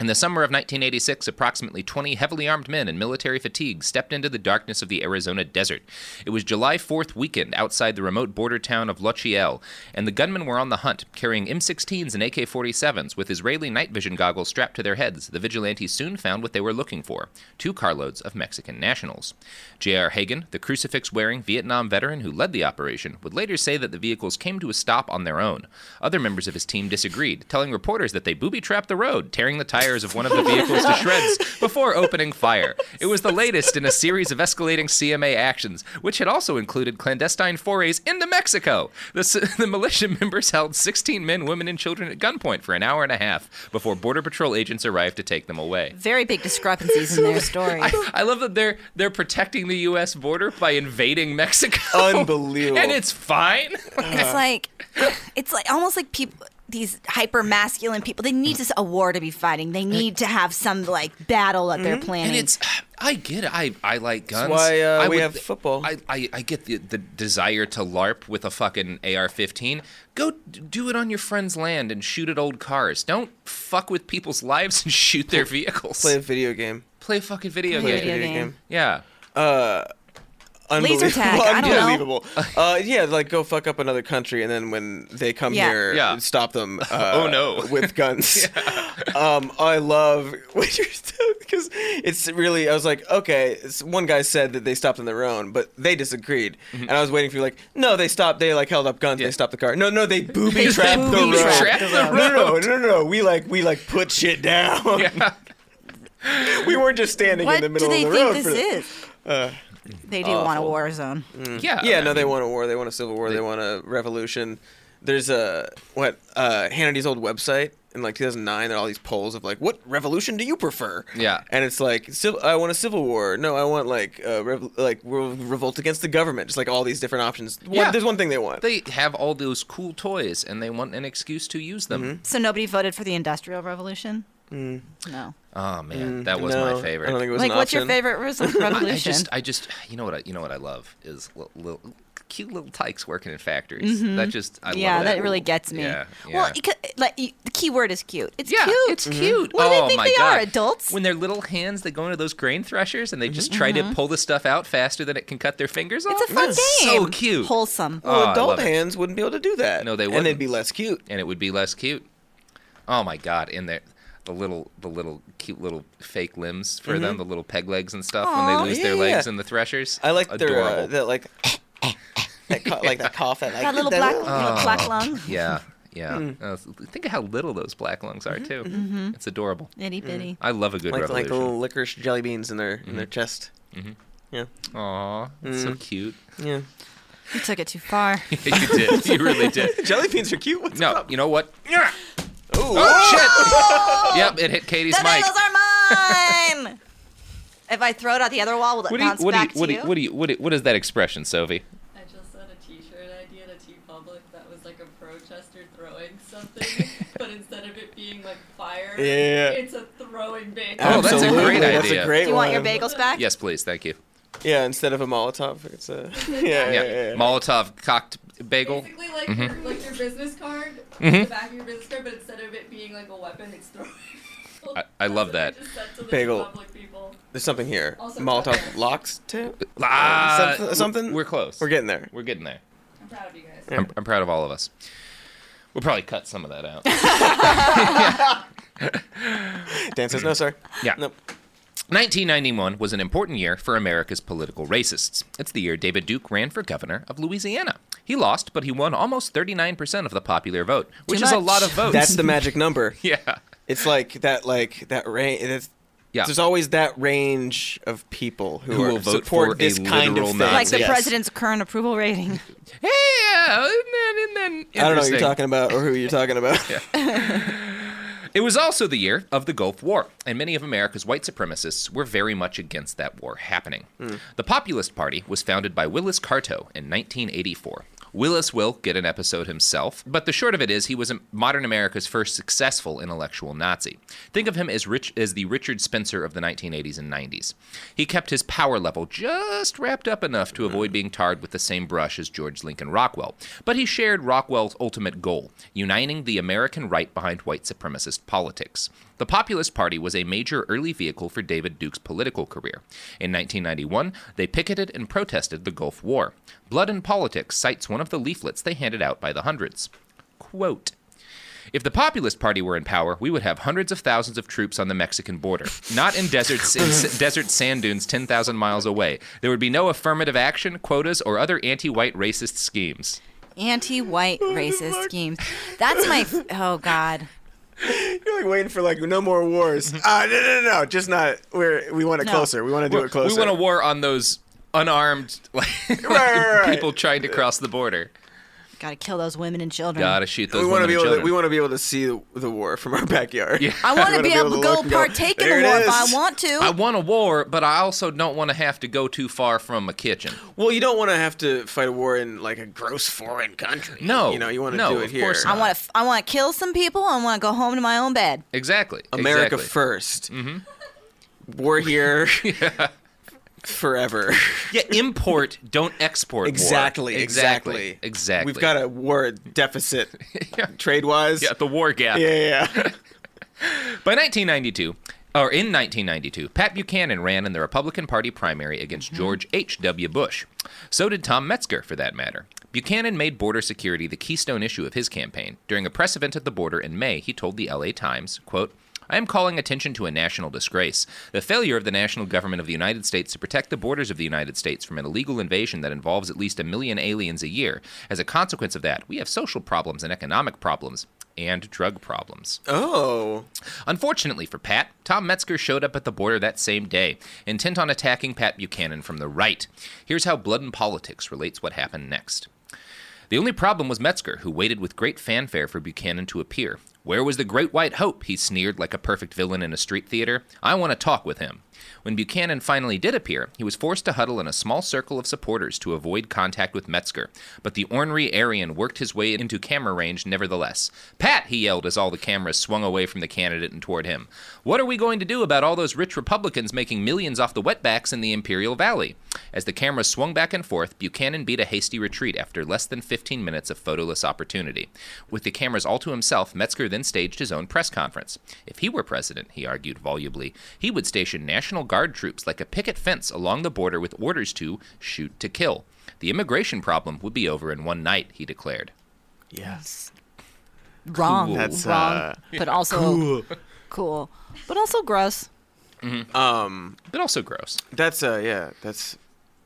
Speaker 1: in the summer of 1986, approximately 20 heavily armed men in military fatigue stepped into the darkness of the Arizona desert. It was July 4th weekend outside the remote border town of Lochiel, and the gunmen were on the hunt, carrying M16s and AK 47s with Israeli night vision goggles strapped to their heads. The vigilantes soon found what they were looking for two carloads of Mexican nationals. J.R. Hagen, the crucifix wearing Vietnam veteran who led the operation, would later say that the vehicles came to a stop on their own. Other members of his team disagreed, telling reporters that they booby trapped the road, tearing the tires of one of the vehicles to shreds before opening fire. It was the latest in a series of escalating CMA actions, which had also included clandestine forays into Mexico. The, s- the militia members held 16 men, women, and children at gunpoint for an hour and a half before Border Patrol agents arrived to take them away.
Speaker 2: Very big discrepancies in their story.
Speaker 1: I love that they're they're protecting the U.S. border by invading Mexico.
Speaker 3: Unbelievable.
Speaker 2: Uh,
Speaker 1: and it's fine.
Speaker 2: it's like it's like almost like people these hyper masculine people. They need this a war to be fighting. They need to have some like battle that they're
Speaker 1: Mhm.
Speaker 2: planning.
Speaker 1: And it's I get it. I, I like guns.
Speaker 3: why, uh,
Speaker 1: I
Speaker 3: we have
Speaker 1: football. I, I, I get the, the desire to LARP with a fucking AR-15. Go d- do it on your friend's land and shoot at old cars. Don't fuck with people's lives and shoot their vehicles.
Speaker 3: Play a video game.
Speaker 1: Play a fucking video
Speaker 3: Play a
Speaker 1: game.
Speaker 3: video game.
Speaker 1: Yeah.
Speaker 3: Uh,
Speaker 1: Laser tag,
Speaker 3: unbelievable.
Speaker 1: I don't know.
Speaker 3: unbelievable. Uh, yeah, like go fuck up another country, and then when they come
Speaker 1: Yeah.
Speaker 3: here,
Speaker 1: Yeah.
Speaker 3: stop them. Uh,
Speaker 1: Oh, no.
Speaker 3: with guns. um, I love when you're because it's really. I was like, okay, it's- one guy said that they stopped on their own, but they disagreed,
Speaker 1: Mm-hmm.
Speaker 3: and I was waiting for you like, no, they stopped. They like held up guns. They stopped the car. No, no, they booby trapped the
Speaker 1: booby
Speaker 3: road.
Speaker 1: trapped the
Speaker 3: No, no, no, no, no. We like we like put shit down. we weren't just standing
Speaker 2: what
Speaker 3: in the
Speaker 2: do
Speaker 3: middle
Speaker 2: they
Speaker 3: of the
Speaker 2: think
Speaker 3: road.
Speaker 2: this
Speaker 3: for the-
Speaker 2: is?
Speaker 3: Uh,
Speaker 2: They do want a
Speaker 3: awful.
Speaker 2: war zone.
Speaker 1: Yeah,
Speaker 3: Mm. Yeah.
Speaker 1: I
Speaker 3: no, they
Speaker 1: mean-
Speaker 3: want a war. They want a civil war. They, want a revolution. There's a what uh, Hannity's old website in like 2009. There are all these polls of like, what revolution do you prefer?
Speaker 1: Yeah.
Speaker 3: And it's like, civ- I want a civil war. No, I want like uh, rev- like we'll revolt against the government. Just like all these different options. One,
Speaker 1: Yeah.
Speaker 3: There's one thing they want.
Speaker 1: They have all those cool toys and they want an excuse to use them.
Speaker 3: Mm-hmm.
Speaker 2: So nobody voted for the Industrial Revolution. No.
Speaker 1: Oh man,
Speaker 3: Mm,
Speaker 1: that was
Speaker 3: no,
Speaker 1: my favorite.
Speaker 3: I don't think it was
Speaker 2: Like, an what's your option. favorite res-
Speaker 1: I, I
Speaker 2: revolution?
Speaker 1: just, I just, you know what, I, you know what I love is li- little, cute little tykes working in factories.
Speaker 2: Mhm.
Speaker 1: That just, I
Speaker 2: yeah,
Speaker 1: love
Speaker 2: that. really gets me.
Speaker 1: Yeah,
Speaker 2: Well,
Speaker 1: yeah.
Speaker 2: it could- like you- the key word is cute. It's
Speaker 1: Yeah,
Speaker 2: cute.
Speaker 3: Mm-hmm.
Speaker 1: it's cute.
Speaker 2: What do
Speaker 1: oh
Speaker 2: they think
Speaker 1: my
Speaker 2: they
Speaker 1: god,
Speaker 2: are? Adults?
Speaker 1: When their little hands, they go into those grain threshers and they just try to
Speaker 2: Mhm.
Speaker 1: pull the stuff out faster than it can cut their fingers off.
Speaker 2: It's a fun
Speaker 1: That's
Speaker 2: game.
Speaker 1: So cute.
Speaker 2: Wholesome.
Speaker 1: Oh, I
Speaker 3: adult
Speaker 1: love it.
Speaker 3: hands wouldn't be able to do that.
Speaker 1: No, they
Speaker 3: And
Speaker 1: wouldn't.
Speaker 3: they'd be less cute.
Speaker 1: And it would be less cute. Oh my god! And the the little the little cute little fake limbs for them,
Speaker 3: Mhm.
Speaker 1: the little peg legs and stuff when
Speaker 3: Aw.
Speaker 1: they lose their
Speaker 3: Yeah,
Speaker 1: legs
Speaker 3: yeah.
Speaker 1: in the threshers.
Speaker 3: I like their uh,
Speaker 1: Adorable.
Speaker 3: that like that co- like that cough that like
Speaker 2: That little
Speaker 3: that
Speaker 2: black-
Speaker 3: little-
Speaker 2: little black lung.
Speaker 1: Oh, Yeah, yeah.
Speaker 3: Mm.
Speaker 1: Uh, think of how little those black lungs are too.
Speaker 2: mhm.
Speaker 1: It's adorable.
Speaker 2: Itty bitty.
Speaker 1: I love a good
Speaker 3: Mm-hmm. Mm. like, like
Speaker 1: revolution.
Speaker 3: little licorice jelly beans in their in their chest.
Speaker 1: Mhm.
Speaker 3: Mm-hmm. Yeah.
Speaker 1: Aw, that's so
Speaker 3: Mm.
Speaker 1: cute.
Speaker 3: Yeah.
Speaker 2: You took it too far.
Speaker 1: you did. You really did.
Speaker 3: jelly beans are cute. What's
Speaker 1: no, you know what?
Speaker 3: Oh,
Speaker 1: shit! yep, it hit Katie's
Speaker 2: The
Speaker 1: mic.
Speaker 2: nails are mine. if I throw it at the other wall, will it
Speaker 1: What do you
Speaker 2: bounce
Speaker 1: what do you
Speaker 2: back
Speaker 1: what do
Speaker 2: to
Speaker 1: you what do you what do you- what is that expression, Sophie?
Speaker 5: I just had a T-shirt idea to T Public that was like a protester throwing something, but instead of it being like fire,
Speaker 3: Yeah.
Speaker 5: it's a throwing bait.
Speaker 1: Oh, that's a
Speaker 3: Absolutely,
Speaker 1: great
Speaker 3: that's
Speaker 1: idea.
Speaker 3: A great
Speaker 2: Do you want your
Speaker 3: one.
Speaker 2: bagels back?
Speaker 1: Yes, please. Thank you.
Speaker 3: Yeah, instead of a Molotov, it's a yeah, yeah, yeah. yeah.
Speaker 1: Molotov cocked bagel.
Speaker 5: Basically, like
Speaker 1: Mhm.
Speaker 5: your, like your business card,
Speaker 1: Mhm.
Speaker 5: the back of your business card, but instead of it being like a weapon, it's throwing.
Speaker 1: I, I love that.
Speaker 5: Just sent to the
Speaker 3: Bagel.
Speaker 5: Public people.
Speaker 3: There's something here.
Speaker 5: Also-
Speaker 3: Molotov locks too.
Speaker 1: Ah,
Speaker 3: Something- something?
Speaker 1: We're close.
Speaker 3: We're getting there.
Speaker 1: We're getting there.
Speaker 5: I'm proud of you guys.
Speaker 1: I'm, I'm proud of all of us. We'll probably cut some of that out.
Speaker 3: Dan says no, sir.
Speaker 1: Yeah.
Speaker 3: Nope.
Speaker 1: 1991 was an important year for America's political racists. It's the year David Duke ran for governor of Louisiana. He lost, but he won almost 39% of the popular vote, which is a
Speaker 3: much.
Speaker 1: lot of votes.
Speaker 3: That's the magic number.
Speaker 1: yeah.
Speaker 3: It's like that, like that range. It's,
Speaker 1: Yeah.
Speaker 3: There's always that range of people who,
Speaker 1: Who
Speaker 3: are,
Speaker 1: will vote
Speaker 3: support
Speaker 1: for a
Speaker 3: this kind of
Speaker 1: literal
Speaker 3: thing.
Speaker 2: Like the
Speaker 3: Yes.
Speaker 2: president's current approval rating.
Speaker 1: Yeah, and then, and then
Speaker 3: I don't know what you're
Speaker 1: Interesting.
Speaker 3: talking about or who you're talking about.
Speaker 1: It was also the year of the Gulf War, and many of America's white supremacists were very much against that war happening.
Speaker 3: Hmm.
Speaker 1: The Populist Party was founded by Willis Carto in 1984. Willis will get an episode himself, but the short of it is he was a- modern America's first successful intellectual Nazi. Think of him as rich as the Richard Spencer of the 1980s and 90s. He kept his power level just wrapped up enough to avoid being tarred with the same brush as George Lincoln Rockwell, but he shared Rockwell's ultimate goal, uniting the American right behind white supremacist politics. The Populist Party was a major early vehicle for David Duke's political career. In 1991, they picketed and protested the Gulf War. Blood and Politics cites one of the leaflets they handed out by the hundreds. Quote, if the Populist Party were in power, we would have hundreds of thousands of troops on the Mexican border, not in deserts in s- desert sand dunes 10,000 miles away. There would be no affirmative action, quotas, or other anti-white racist schemes.
Speaker 2: Anti-white racist schemes. That's my. f- Oh God.
Speaker 3: You're like waiting for like no more wars. Ah, no, no, no, no, just not. We're we want it
Speaker 2: No.
Speaker 3: closer. We want to do
Speaker 1: We-
Speaker 3: it closer.
Speaker 1: We want a war on those unarmed like,
Speaker 3: right, right.
Speaker 1: people trying to cross the border.
Speaker 2: Got to kill those women and children.
Speaker 1: Gotta shoot those
Speaker 3: we
Speaker 1: women
Speaker 3: wanna be
Speaker 1: and
Speaker 3: able
Speaker 1: children.
Speaker 3: To, we want to be able to see the, the war from our backyard.
Speaker 1: Yeah.
Speaker 2: I
Speaker 3: We
Speaker 2: want to
Speaker 3: wanna
Speaker 2: be able to go
Speaker 3: look and
Speaker 2: partake in
Speaker 3: "There
Speaker 2: the
Speaker 3: it
Speaker 2: war if I
Speaker 3: is."
Speaker 2: want to.
Speaker 1: I want a war, but I also don't want to have to go too far from a kitchen.
Speaker 3: Well, you don't want to have to fight a war in like a gross foreign country.
Speaker 1: No,
Speaker 3: you know you want to
Speaker 1: no,
Speaker 3: do it
Speaker 1: of
Speaker 3: here.
Speaker 1: course
Speaker 2: I want to. I want to kill some people. I want to go home to my own bed.
Speaker 1: Exactly.
Speaker 3: America
Speaker 1: exactly. Mm-hmm.
Speaker 3: 1st We're here forever.
Speaker 1: Yeah, import, don't export. war.
Speaker 3: Exactly, exactly,
Speaker 1: exactly.
Speaker 3: We've got a war deficit, trade wise.
Speaker 1: Yeah, the war gap.
Speaker 3: Yeah, yeah. yeah.
Speaker 1: By 1992, or in 1992, Pat Buchanan ran in the Republican Party primary against George H.W. Bush. So did Tom Metzger, for that matter. Buchanan made border security the keystone issue of his campaign. During a press event at the border in May, he told the LA Times, quote, I am calling attention to a national disgrace. The failure of the national government of the United States to protect the borders of the United States from an illegal invasion that involves at least a million aliens a year. As a consequence of that, we have social problems and economic problems and drug problems.
Speaker 3: Oh.
Speaker 1: Unfortunately for Pat, Tom Metzger showed up at the border that same day, intent on attacking Pat Buchanan from the right. Here's how Blood and Politics relates what happened next. The only problem was Metzger, who waited with great fanfare for Buchanan to appear. Where was the Great White Hope? He sneered like a perfect villain in a street theater. I want to talk with him. When Buchanan finally did appear, he was forced to huddle in a small circle of supporters to avoid contact with Metzger. But the ornery Aryan worked his way into camera range nevertheless. Pat, he yelled as all the cameras swung away from the candidate and toward him. What are we going to do about all those rich Republicans making millions off the wetbacks in the Imperial Valley? As the cameras swung back and forth, Buchanan beat a hasty retreat after less than 15 minutes of photoless opportunity. With the cameras all to himself, Metzger then staged his own press conference. If he were president, he argued volubly, he would station National Guard troops like a picket fence along the border with orders to shoot to kill. The immigration problem would be over in one night, he declared.
Speaker 3: Yes.
Speaker 2: Wrong.
Speaker 1: Cool. That's,
Speaker 2: wrong.
Speaker 1: uh,
Speaker 2: but also
Speaker 3: cool.
Speaker 2: cool. But also gross.
Speaker 3: Um,
Speaker 1: Mm-hmm. but also gross.
Speaker 3: That's uh, yeah, that's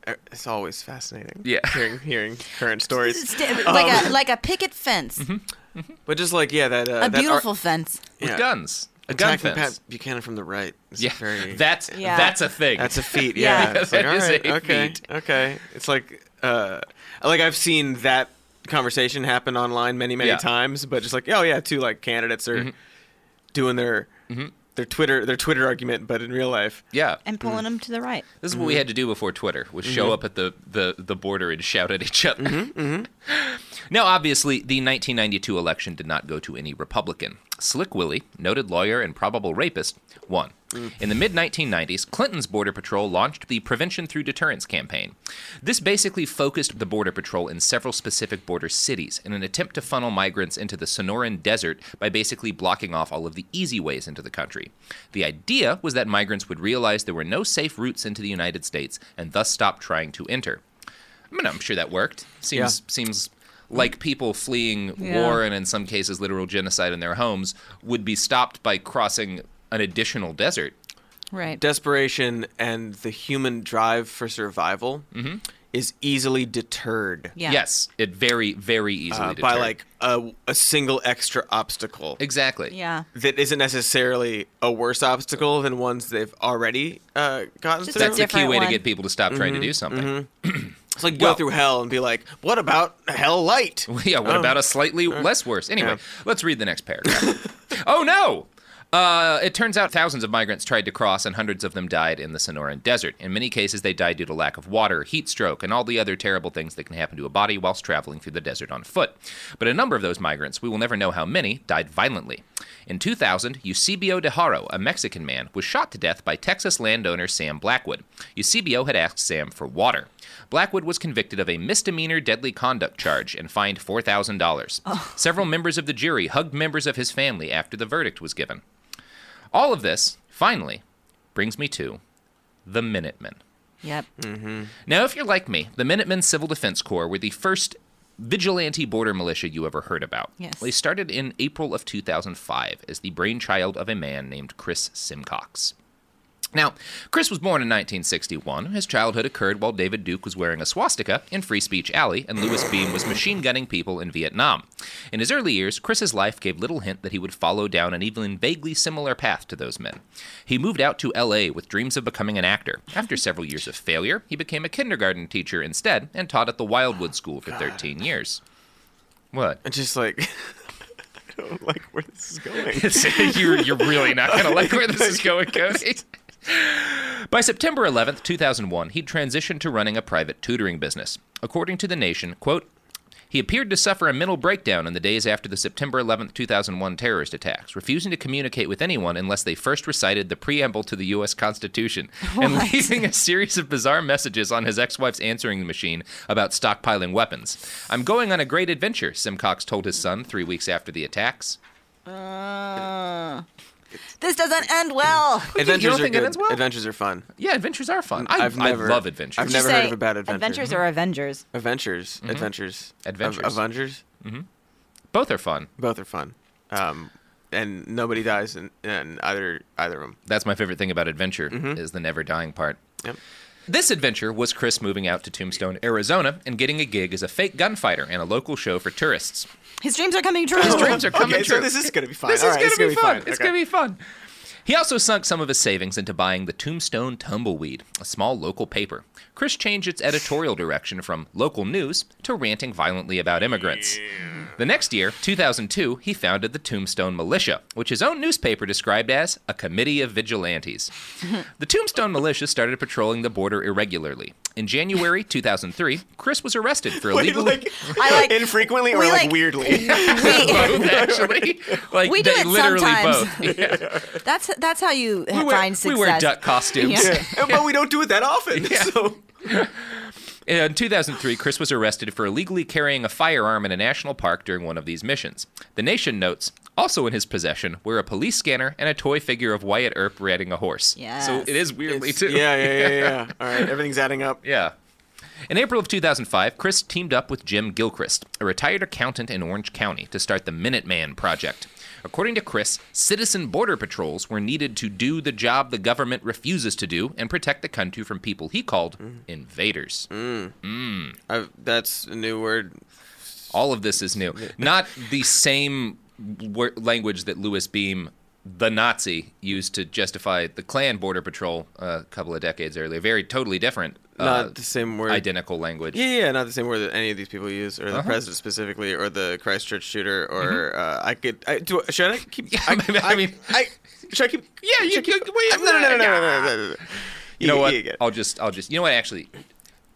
Speaker 3: uh, it's always fascinating.
Speaker 1: Yeah,
Speaker 3: hearing hearing current stories,
Speaker 2: St- like
Speaker 3: Um,
Speaker 2: a like a picket fence.
Speaker 1: mm-hmm.
Speaker 3: but just like yeah, that uh,
Speaker 2: A
Speaker 3: that ar-
Speaker 2: beautiful fence.
Speaker 1: With
Speaker 3: Yeah.
Speaker 1: guns. A gun
Speaker 3: Attacking
Speaker 1: fence.
Speaker 3: Pat Buchanan from the right. Is
Speaker 1: Yeah,
Speaker 3: very,
Speaker 1: that's- Yeah. that's a thing.
Speaker 3: That's a feat.
Speaker 1: Yeah.
Speaker 3: Yeah, it's
Speaker 1: That
Speaker 3: like, all
Speaker 1: is
Speaker 3: right,
Speaker 1: a
Speaker 3: okay,
Speaker 1: feat.
Speaker 3: okay. It's like uh, like I've seen that conversation happen online many many
Speaker 1: Yeah. Mm-hmm.
Speaker 3: times, but just like oh yeah, two like candidates are doing their their Twitter their Twitter argument, but in real life,
Speaker 1: Yeah.
Speaker 2: And pulling
Speaker 1: Mm-hmm.
Speaker 2: them to the right.
Speaker 1: This is what we had to do before Twitter was show
Speaker 3: Mhm.
Speaker 1: up at the, the, the border and shout at each other.
Speaker 3: Hmm?
Speaker 1: Now, obviously, the 1992 election did not go to any Republican. Slick Willie, noted lawyer and probable rapist, won. In the mid 1990s, Clinton's Border Patrol launched the Prevention Through Deterrence campaign. This basically focused the Border Patrol in several specific border cities in an attempt to funnel migrants into the Sonoran Desert by basically blocking off all of the easy ways into the country. The idea was that migrants would realize there were no safe routes into the United States and thus stop trying to enter. I mean, I'm sure that worked. Seems seems like people fleeing
Speaker 8: Yeah.
Speaker 1: war and in some cases literal genocide in their homes would be stopped by crossing an additional desert.
Speaker 2: Right.
Speaker 3: desperation and the human drive for survival
Speaker 1: Mhm.
Speaker 3: is easily deterred.
Speaker 2: Yeah.
Speaker 1: Yes, it very very easily
Speaker 3: uh, by
Speaker 1: deterred.
Speaker 3: like a, a single extra obstacle.
Speaker 1: Exactly.
Speaker 2: Yeah.
Speaker 3: That isn't necessarily a worse obstacle than ones they've already uh, gotten
Speaker 2: Just a
Speaker 3: through.
Speaker 1: That's the key way to
Speaker 2: one.
Speaker 1: get people to stop trying to
Speaker 3: Mhm,
Speaker 1: do something.
Speaker 3: It's like go
Speaker 1: Well-
Speaker 3: through hell and be like, what about hell light?
Speaker 1: yeah, what
Speaker 3: Oh.
Speaker 1: about a slightly less worse? Anyway, let's read the next paragraph. oh no! Uh, it turns out thousands of migrants tried to cross, and hundreds of them died in the Sonoran Desert. In many cases, they died due to lack of water, heat stroke, and all the other terrible things that can happen to a body whilst traveling through the desert on foot. But a number of those migrants, we will never know how many, died violently. In 2000, Eusebio de Haro, a Mexican man, was shot to death by Texas landowner Sam Blackwood. Eusebio had asked Sam for water. Blackwood was convicted of a misdemeanor deadly conduct charge and fined $4,000. Several members of the jury hugged members of his family after the verdict was given. All of this, finally, brings me to the Minutemen.
Speaker 2: Yep.
Speaker 3: Mm-hmm.
Speaker 1: Now, if you're like me, the Minutemen Civil Defense Corps were the first vigilante border militia you ever heard about.
Speaker 2: Yes.
Speaker 1: They started in April of 2005 as the brainchild of a man named Chris Simcox. Now, Chris was born in 1961. His childhood occurred while David Duke was wearing a swastika in Free Speech Alley and Louis Beam was machine gunning people in Vietnam. In his early years, Chris's life gave little hint that he would follow down an even vaguely similar path to those men. He moved out to LA with dreams of becoming an actor. After several years of failure, he became a kindergarten teacher instead and taught at the Wildwood School for 13 years. What?
Speaker 3: It's just like I don't like where this is going.
Speaker 1: you're, you're really not going to like where this is going, Cody. By September 11th, 2001, he transitioned to running a private tutoring business. According to The Nation, quote, he appeared to suffer a mental breakdown in the days after the September 11, 2001 terrorist attacks, refusing to communicate with anyone unless they first recited the preamble to the U.S. Constitution, and
Speaker 13: What?
Speaker 1: leaving a series of bizarre messages on his ex wife's answering machine about stockpiling weapons. I'm going on a great adventure, Simcox told his son three weeks after the attacks.
Speaker 2: Uh, this doesn't end well.
Speaker 3: Adventures are
Speaker 1: think it
Speaker 3: good. Mm,
Speaker 1: ends well?
Speaker 3: Adventures are fun.
Speaker 1: Yeah, adventures are fun. I,
Speaker 3: I've
Speaker 1: I
Speaker 3: never-
Speaker 1: love adventures.
Speaker 3: I've Did you never heard say of a bad adventure.
Speaker 2: Adventures or Avengers?
Speaker 3: Adventures,
Speaker 1: Mhm.
Speaker 3: adventures,
Speaker 1: Adventures.
Speaker 3: Av- Avengers.
Speaker 1: Mm-hmm. Both are fun.
Speaker 3: Both are fun. Um, and nobody dies in, in either either of them.
Speaker 1: That's my favorite thing about adventure is the never dying part.
Speaker 3: Yep.
Speaker 1: This adventure was Chris moving out to Tombstone, Arizona, and getting a gig as a fake gunfighter in a local show for tourists.
Speaker 2: His dreams are coming true.
Speaker 1: His dreams are coming
Speaker 3: okay,
Speaker 1: true.
Speaker 3: so this is gonna be fun.
Speaker 1: This
Speaker 3: All
Speaker 1: is
Speaker 3: right,
Speaker 1: gonna
Speaker 3: it's
Speaker 1: be
Speaker 3: gonna be
Speaker 1: fun.
Speaker 3: fun.
Speaker 1: It's
Speaker 3: Okay.
Speaker 1: gonna be fun. He also sunk some of his savings into buying the Tombstone Tumbleweed, a small local paper. Chris changed its editorial direction from local news to ranting violently about immigrants. The next year, 2002, he founded the Tombstone Militia, which his own newspaper described as a committee of vigilantes. The Tombstone Militia started patrolling the border irregularly. In January 2003, Chris was arrested for
Speaker 3: Wait,
Speaker 1: illegally
Speaker 3: like, infrequently or
Speaker 1: we,
Speaker 3: like,
Speaker 1: like,
Speaker 3: weirdly?
Speaker 1: both actually. Like
Speaker 2: We do
Speaker 1: they
Speaker 2: it
Speaker 1: literally
Speaker 2: sometimes.
Speaker 1: both. Yeah.
Speaker 2: That's that's how you find
Speaker 1: we
Speaker 2: success.
Speaker 1: wear duck costumes.
Speaker 2: Yeah.
Speaker 3: but we don't do it that often. So
Speaker 1: In 2003, Chris was arrested for illegally carrying a firearm in a national park during one of these missions. The Nation notes also in his possession were a police scanner and a toy figure of Wyatt Earp riding a horse. So
Speaker 3: Yes.
Speaker 1: it is weirdly
Speaker 3: It's-
Speaker 1: too.
Speaker 3: yeah, yeah, yeah, yeah. All right, everything's adding up.
Speaker 1: Yeah. In April of 2005, Chris teamed up with Jim Gilchrist, a retired accountant in Orange County, to start the Minuteman Project. According to Chris, citizen border patrols were needed to do the job the government refuses to do and protect the country from people he called invaders. Mm.
Speaker 3: I've, that's a new word.
Speaker 1: All of this is new. Not the same wor- language that Louis Beam, the Nazi, used to justify the Klan border patrol uh, a couple of decades earlier. Very totally different. uh,
Speaker 3: Not the same word.
Speaker 1: Identical language.
Speaker 3: Yeah, yeah, not the same word that any of these people use, or the
Speaker 1: Uh-huh. Mm-hmm.
Speaker 3: president specifically, or the Christchurch shooter, or uh, I could. I, do, should I keep? I, I, mean, I, should I keep?
Speaker 1: Yeah, you, you, wait,
Speaker 3: no, no, no, no, no, no, no, no, no.
Speaker 1: You know
Speaker 3: You-
Speaker 1: what?
Speaker 3: you get it.
Speaker 1: I'll just, I'll just. You know what? Actually,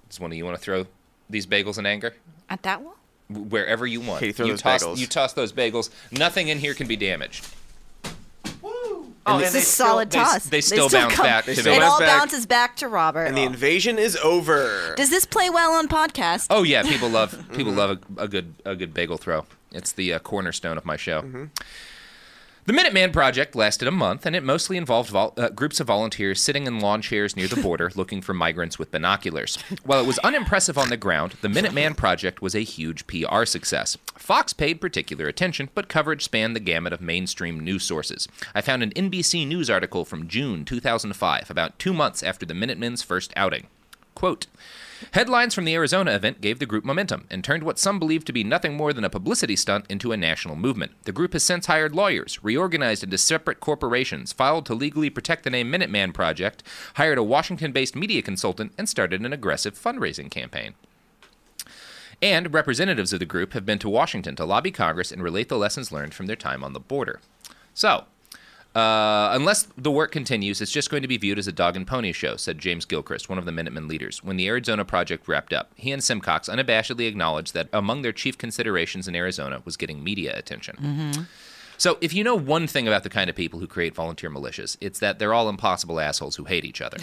Speaker 1: is one of you want to throw these bagels in anger
Speaker 2: At that one?
Speaker 1: W- wherever you want.
Speaker 3: Okay, throw
Speaker 1: you
Speaker 3: those
Speaker 1: toss,
Speaker 3: bagels.
Speaker 1: You toss those bagels. Nothing in here can be damaged.
Speaker 2: Oh,
Speaker 1: and
Speaker 2: it's
Speaker 1: they
Speaker 2: a
Speaker 1: still-
Speaker 2: solid
Speaker 1: they s-
Speaker 2: toss.
Speaker 1: they still bounce
Speaker 2: come-
Speaker 1: back to me.
Speaker 2: it
Speaker 1: Bounce
Speaker 2: all
Speaker 1: back.
Speaker 2: bounces back to Robert. Oh.
Speaker 3: And the invasion is over.
Speaker 2: Does this play well on podcast?
Speaker 1: Oh yeah, people love people love a, a good a good bagel throw. It's the uh, cornerstone of my show. The Minuteman Project lasted a month, and it mostly involved vol- uh, groups of volunteers sitting in lawn chairs near the border looking for migrants with binoculars. While it was unimpressive on the ground, the Minuteman Project was a huge PR success. Fox paid particular attention, but coverage spanned the gamut of mainstream news sources. I found an NBC News article from June 2005, about two months after the Minutemen's first outing. Quote Headlines from the Arizona event gave the group momentum and turned what some believed to be nothing more than a publicity stunt into a national movement. The group has since hired lawyers, reorganized into separate corporations, filed to legally protect the name Minuteman Project, hired a Washington based media consultant, and started an aggressive fundraising campaign. And representatives of the group have been to Washington to lobby Congress and relate the lessons learned from their time on the border. So, uh, unless the work continues, it's just going to be viewed as a dog and pony show, said James Gilchrist, one of the Minutemen leaders, when the Arizona project wrapped up. He and Simcox unabashedly acknowledged that among their chief considerations in Arizona was getting media attention. So, if you know one thing about the kind of people who create volunteer militias, it's that they're all impossible assholes who hate each other.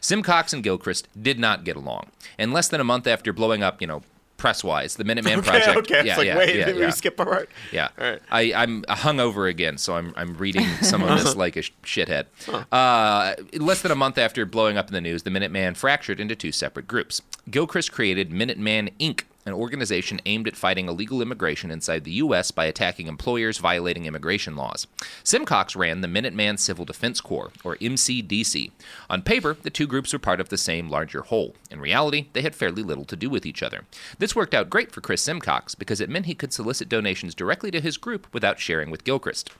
Speaker 1: Simcox and Gilchrist did not get along. And less than a month after blowing up, you know, press wise, the Minuteman
Speaker 3: okay,
Speaker 1: Project.
Speaker 3: okay.
Speaker 1: yeah,
Speaker 3: it's like
Speaker 1: yeah,
Speaker 3: wait,
Speaker 1: yeah,
Speaker 3: did
Speaker 1: yeah.
Speaker 3: we skip a part?
Speaker 1: Yeah.
Speaker 3: All right.
Speaker 1: I, I'm hungover again, so I'm, I'm reading some of this like a sh- shithead. Uh, less than a month after blowing up in the news, the Minuteman fractured into two separate groups. Gilchrist created Minuteman Inc., an organization aimed at fighting illegal immigration inside the U.S. by attacking employers violating immigration laws. Simcox ran the Minuteman Civil Defense Corps, or MCDC. On paper, the two groups were part of the same larger whole. In reality, they had fairly little to do with each other. This worked out great for Chris Simcox because it meant he could solicit donations directly to his group without sharing with Gilchrist.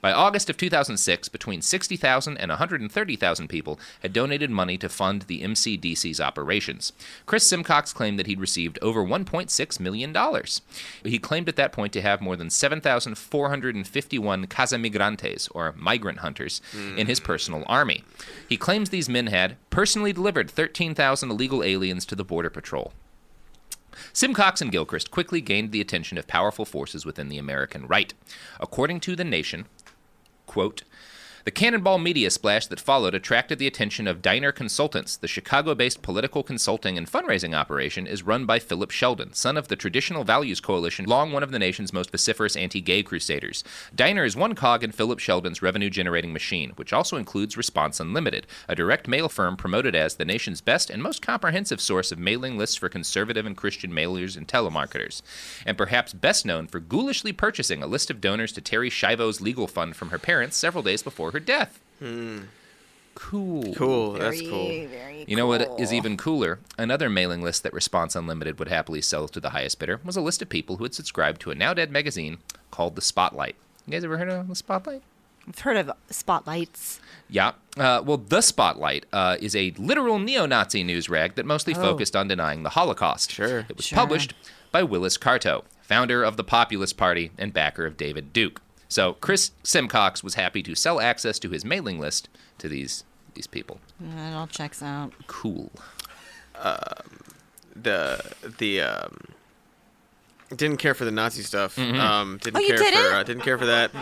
Speaker 1: By August of 2006, between 60,000 and 130,000 people had donated money to fund the MCDC's operations. Chris Simcox claimed that he'd received over $1.6 million. He claimed at that point to have more than 7,451 Casamigrantes, or migrant hunters, in his personal army. He claims these men had personally delivered 13,000 illegal aliens to the Border Patrol. Simcox and Gilchrist quickly gained the attention of powerful forces within the American right. According to The Nation, quote, the cannonball media splash that followed attracted the attention of Diner Consultants. The Chicago based political consulting and fundraising operation is run by Philip Sheldon, son of the Traditional Values Coalition, long one of the nation's most vociferous anti gay crusaders. Diner is one cog in Philip Sheldon's revenue generating machine, which also includes Response Unlimited, a direct mail firm promoted as the nation's best and most comprehensive source of mailing lists for conservative and Christian mailers and telemarketers. And perhaps best known for ghoulishly purchasing a list of donors to Terry Schiavo's legal fund from her parents several days before her death. Hmm. Cool.
Speaker 3: Cool. That's Very, cool. very
Speaker 1: you know what is
Speaker 3: cool.
Speaker 1: even cooler? Another mailing list that Response Unlimited would happily sell to the highest bidder was a list of people who had subscribed to a now dead magazine called The Spotlight. You guys ever heard of The Spotlight?
Speaker 2: I've heard of spotlights.
Speaker 1: Yeah. Uh, well, The Spotlight uh, is a literal neo Nazi news rag that mostly
Speaker 2: Oh.
Speaker 1: focused on denying the Holocaust. Sure. It was published by Willis Carto, founder of the Populist Party and backer of David Duke. So Chris Simcox was happy to sell access to his mailing list to these these people.
Speaker 2: It all checks out.
Speaker 1: Cool.
Speaker 3: Um, the the um, didn't care for the Nazi stuff.
Speaker 1: Mm-hmm.
Speaker 2: Mhm.
Speaker 3: Um, didn't
Speaker 2: Oh, you
Speaker 3: care
Speaker 2: didn't?
Speaker 3: for uh, didn't care for that. Uh,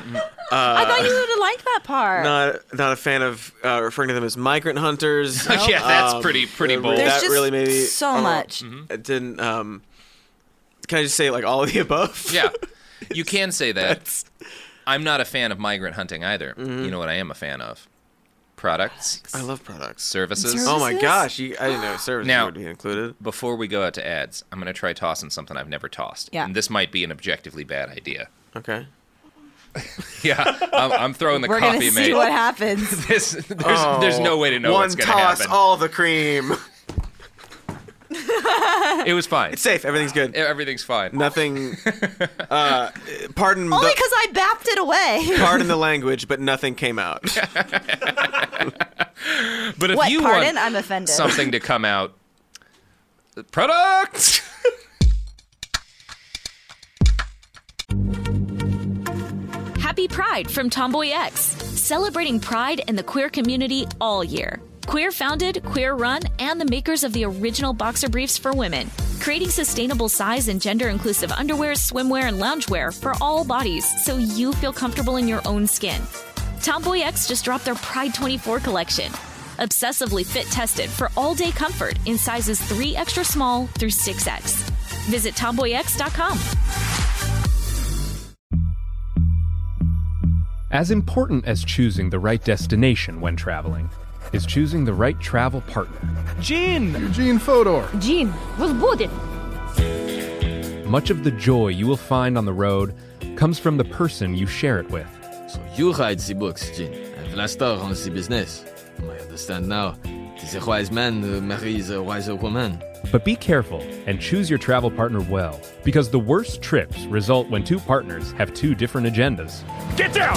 Speaker 2: I thought you would have liked that part.
Speaker 3: Not not a fan of uh, referring to them as migrant hunters.
Speaker 1: Oh, yeah, that's pretty- pretty
Speaker 3: that
Speaker 1: bold. Mm-hmm. There's
Speaker 3: That
Speaker 1: just
Speaker 3: really maybe
Speaker 1: so
Speaker 3: I don't know.
Speaker 1: much.
Speaker 3: It didn't. Um, can I just say like all of the above?
Speaker 1: Yeah, you can say that. I'm not a fan of migrant hunting either. You know what I am a fan of? Products.
Speaker 3: Mm-hmm. I love products.
Speaker 1: Services.
Speaker 3: Oh my gosh, you, I didn't know services
Speaker 1: now,
Speaker 3: would be included.
Speaker 1: Before we go out to ads, I'm going to try tossing something I've never tossed.
Speaker 3: Yeah.
Speaker 1: And this might be an objectively bad idea.
Speaker 3: Okay.
Speaker 1: yeah, I'm, I'm throwing the
Speaker 2: We're gonna
Speaker 1: coffee
Speaker 2: see
Speaker 1: mate.
Speaker 2: what happens.
Speaker 1: There's, there's, there's no way to know
Speaker 3: Oh. One
Speaker 1: what's going to
Speaker 3: toss,
Speaker 1: happen.
Speaker 3: all the cream.
Speaker 1: it was fine. It's
Speaker 3: safe. Everything's good.
Speaker 1: Everything's fine.
Speaker 3: Nothing. Uh, pardon.
Speaker 2: Only
Speaker 3: the-
Speaker 2: because I bapped it away.
Speaker 3: Pardon the language, but nothing came out.
Speaker 1: But if
Speaker 2: what?
Speaker 1: you
Speaker 2: pardon?
Speaker 1: want
Speaker 2: I'm offended.
Speaker 1: something to come out, product.
Speaker 6: Happy Pride from Tomboy X, celebrating pride in the queer community all year. Queer founded, queer run, and the makers of the original boxer briefs for women, creating sustainable size and gender inclusive underwear, swimwear, and loungewear for all bodies so you feel comfortable in your own skin. Tomboy X just dropped their Pride 24 collection, obsessively fit tested for all day comfort in sizes 3 extra small through 6X. Visit tomboyx.com.
Speaker 7: As important as choosing the right destination when traveling is choosing the right travel partner.
Speaker 8: Gene!
Speaker 9: Eugene Fodor!
Speaker 10: Gene, was good.
Speaker 7: Much of the joy you will find on the road comes from the person you share it with.
Speaker 11: So you hide the books, Jin, and Vlastar on the business. I understand now. Tis a wise man uh, marries a wiser woman.
Speaker 7: But be careful and choose your travel partner well, because the worst trips result when two partners have two different agendas.
Speaker 14: Get down!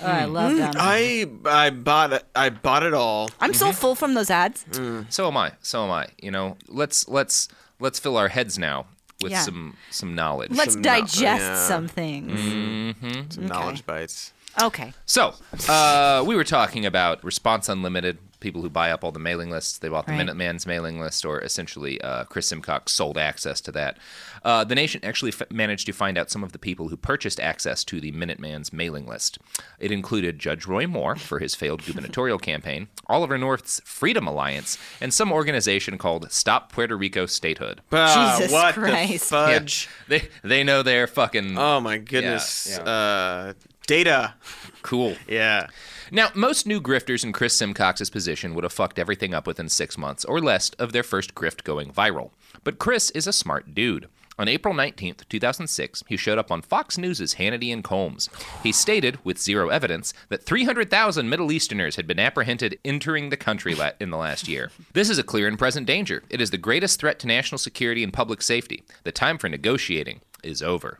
Speaker 2: Oh, I love them.
Speaker 3: Mm. I I bought it. I bought it all.
Speaker 2: I'm
Speaker 1: Mm-hmm.
Speaker 2: so full from those ads.
Speaker 1: Mm. So am I. So am I. You know, let's let's let's fill our heads now with
Speaker 2: Yeah.
Speaker 1: some some knowledge.
Speaker 2: Let's digest some things.
Speaker 1: Mm-hmm.
Speaker 2: Some Okay. knowledge
Speaker 3: bites.
Speaker 2: Okay.
Speaker 1: So, uh, we were talking about Response Unlimited, people who buy up all the mailing lists. They bought the
Speaker 2: Right.
Speaker 1: Minuteman's mailing list, or essentially, uh, Chris Simcox sold access to that. Uh, the Nation actually f- managed to find out some of the people who purchased access to the Minuteman's mailing list. It included Judge Roy Moore for his failed gubernatorial campaign, Oliver North's Freedom Alliance, and some organization called Stop Puerto Rico Statehood.
Speaker 3: Ah, Jesus what the Christ. fudge.
Speaker 1: Yeah. They, they know they're fucking.
Speaker 3: Oh my goodness. Uh, data.
Speaker 1: Cool.
Speaker 3: Yeah.
Speaker 1: Now, most new grifters in Chris Simcox's position would have fucked everything up within six months or less of their first grift going viral. But Chris is a smart dude. On April 19th, 2006, he showed up on Fox News' Hannity and Combs. He stated, with zero evidence, that 300,000 Middle Easterners had been apprehended entering the country la- in the last year. This is a clear and present danger. It is the greatest threat to national security and public safety. The time for negotiating is over.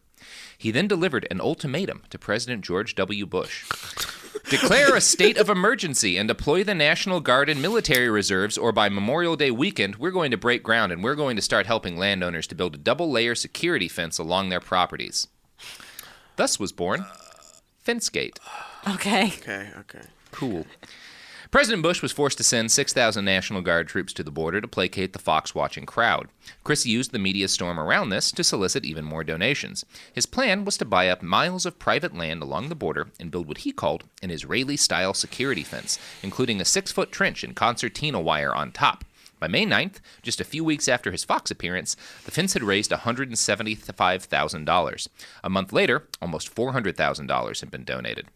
Speaker 1: He then delivered an ultimatum to President George W. Bush. Declare a state of emergency and deploy the National Guard and military reserves, or by Memorial Day weekend, we're going to break ground and we're going to start helping landowners to build a double layer security fence along their properties. Thus was born Fencegate.
Speaker 2: Okay.
Speaker 3: Okay. Okay.
Speaker 1: Cool. President Bush was forced to send 6,000 National Guard troops to the border to placate the Fox watching crowd. Chris used the media storm around this to solicit even more donations. His plan was to buy up miles of private land along the border and build what he called an Israeli style security fence, including a six foot trench and concertina wire on top. By May 9th, just a few weeks after his Fox appearance, the fence had raised $175,000. A month later, almost $400,000 had been donated.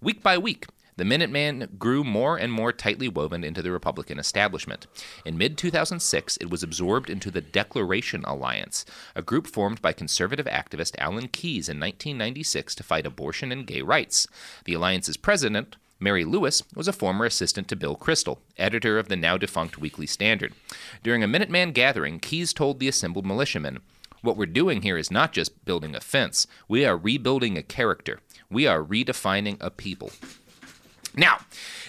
Speaker 1: Week by week, the Minuteman grew more and more tightly woven into the Republican establishment. In mid 2006, it was absorbed into the Declaration Alliance, a group formed by conservative activist Alan Keyes in 1996 to fight abortion and gay rights. The alliance's president, Mary Lewis was a former assistant to Bill Kristol, editor of the now defunct Weekly Standard. During a Minuteman gathering, Keyes told the assembled militiamen, What we're doing here is not just building a fence, we are rebuilding a character. We are redefining a people. Now,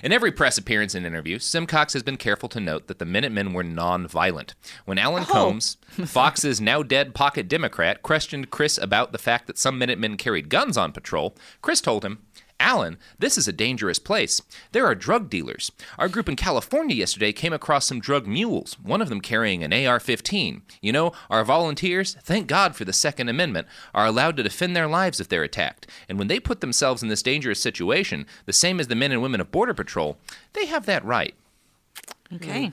Speaker 1: in every press appearance and interview, Simcox has been careful to note that the Minutemen were non-violent. When Alan Combs, Fox's now dead pocket Democrat, questioned Chris about the fact that some Minutemen carried guns on patrol, Chris told him, Alan, this is a dangerous place. There are drug dealers. Our group in California yesterday came across some drug mules, one of them carrying an AR 15. You know, our volunteers, thank God for the Second Amendment, are allowed to defend their lives if they're attacked. And when they put themselves in this dangerous situation, the same as the men and women of Border Patrol, they have that right.
Speaker 2: Okay.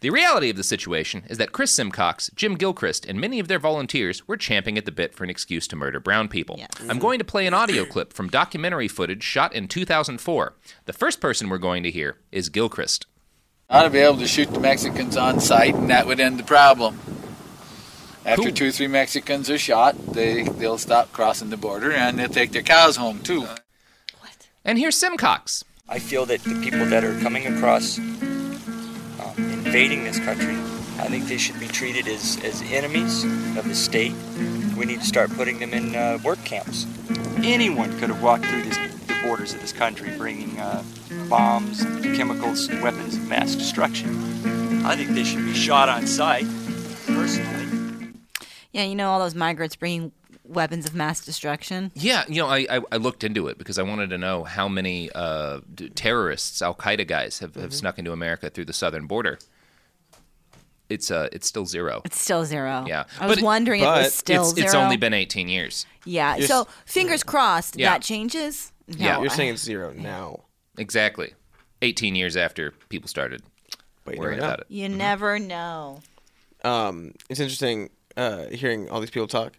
Speaker 1: The reality of the situation is that Chris Simcox, Jim Gilchrist, and many of their volunteers were champing at the bit for an excuse to murder brown people. I'm going to play an audio clip from documentary footage shot in 2004. The first person we're going to hear is Gilchrist.
Speaker 13: I'd be able to shoot the Mexicans on sight, and that would end the problem. After
Speaker 1: Cool.
Speaker 13: two or three Mexicans are shot, they they'll stop crossing the border and they'll take their cows home too.
Speaker 1: And here's Simcox.
Speaker 15: I feel that the people that are coming across, um, invading this country, I think they should be treated as, as enemies of the state. We need to start putting them in uh, work camps. Anyone could have walked through this, the the borders of this country, bringing uh, bombs, chemicals, weapons of mass destruction. I think they should be shot on sight, personally.
Speaker 2: Yeah, you know all those migrants bringing weapons of mass destruction.
Speaker 1: Yeah, you know, I, I, I looked into it because I wanted to know how many uh, d- terrorists, Al Qaeda guys, have, have
Speaker 2: Mhm.
Speaker 1: snuck into America through the southern border. It's uh, it's still zero.
Speaker 2: It's still zero.
Speaker 1: yeah,
Speaker 2: I was
Speaker 1: But-
Speaker 2: wondering if it was still
Speaker 1: it's,
Speaker 2: zero.
Speaker 1: It's only been 18 years.
Speaker 2: Yeah.
Speaker 1: Yes.
Speaker 2: So fingers crossed
Speaker 1: Yeah.
Speaker 2: that changes. No,
Speaker 1: yeah,
Speaker 2: I-
Speaker 3: it's zero now.
Speaker 1: Exactly, 18 years after people started
Speaker 3: you
Speaker 1: worrying
Speaker 3: never know.
Speaker 1: about it.
Speaker 2: You never know.
Speaker 3: um, it's interesting uh, hearing all these people talk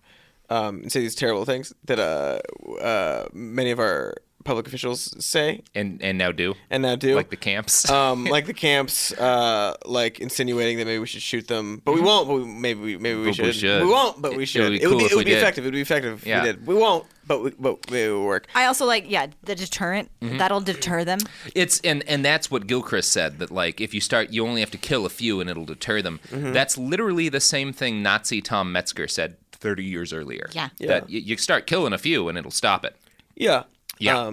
Speaker 3: um, and say these terrible things that uh, uh, many of our public officials say
Speaker 1: and and now do
Speaker 3: and now do
Speaker 1: Like the camps.
Speaker 3: um, like the camps uh, like insinuating that maybe we should shoot them but we won't but we, maybe we maybe
Speaker 1: Mm-hmm.
Speaker 3: we
Speaker 1: But
Speaker 3: should.
Speaker 1: we should.
Speaker 3: won't but
Speaker 1: It
Speaker 3: we
Speaker 1: would
Speaker 3: should
Speaker 1: be
Speaker 3: it would
Speaker 1: cool
Speaker 3: be,
Speaker 1: if
Speaker 3: it
Speaker 1: we
Speaker 3: would be
Speaker 1: did.
Speaker 3: effective it would be effective
Speaker 1: Yeah.
Speaker 3: if we did we won't but we, but maybe it will work
Speaker 2: I also like yeah the deterrent
Speaker 1: Mhm.
Speaker 2: that'll deter them.
Speaker 1: It's and and that's what Gilchrist said that like if you start you only have to kill a few and it'll deter them.
Speaker 2: Mhm.
Speaker 1: That's literally the same thing Nazi Tom Metzger said 30 years earlier.
Speaker 2: Yeah.
Speaker 3: Yeah.
Speaker 1: That you, you start killing a few and it'll stop it.
Speaker 3: yeah
Speaker 1: Yeah.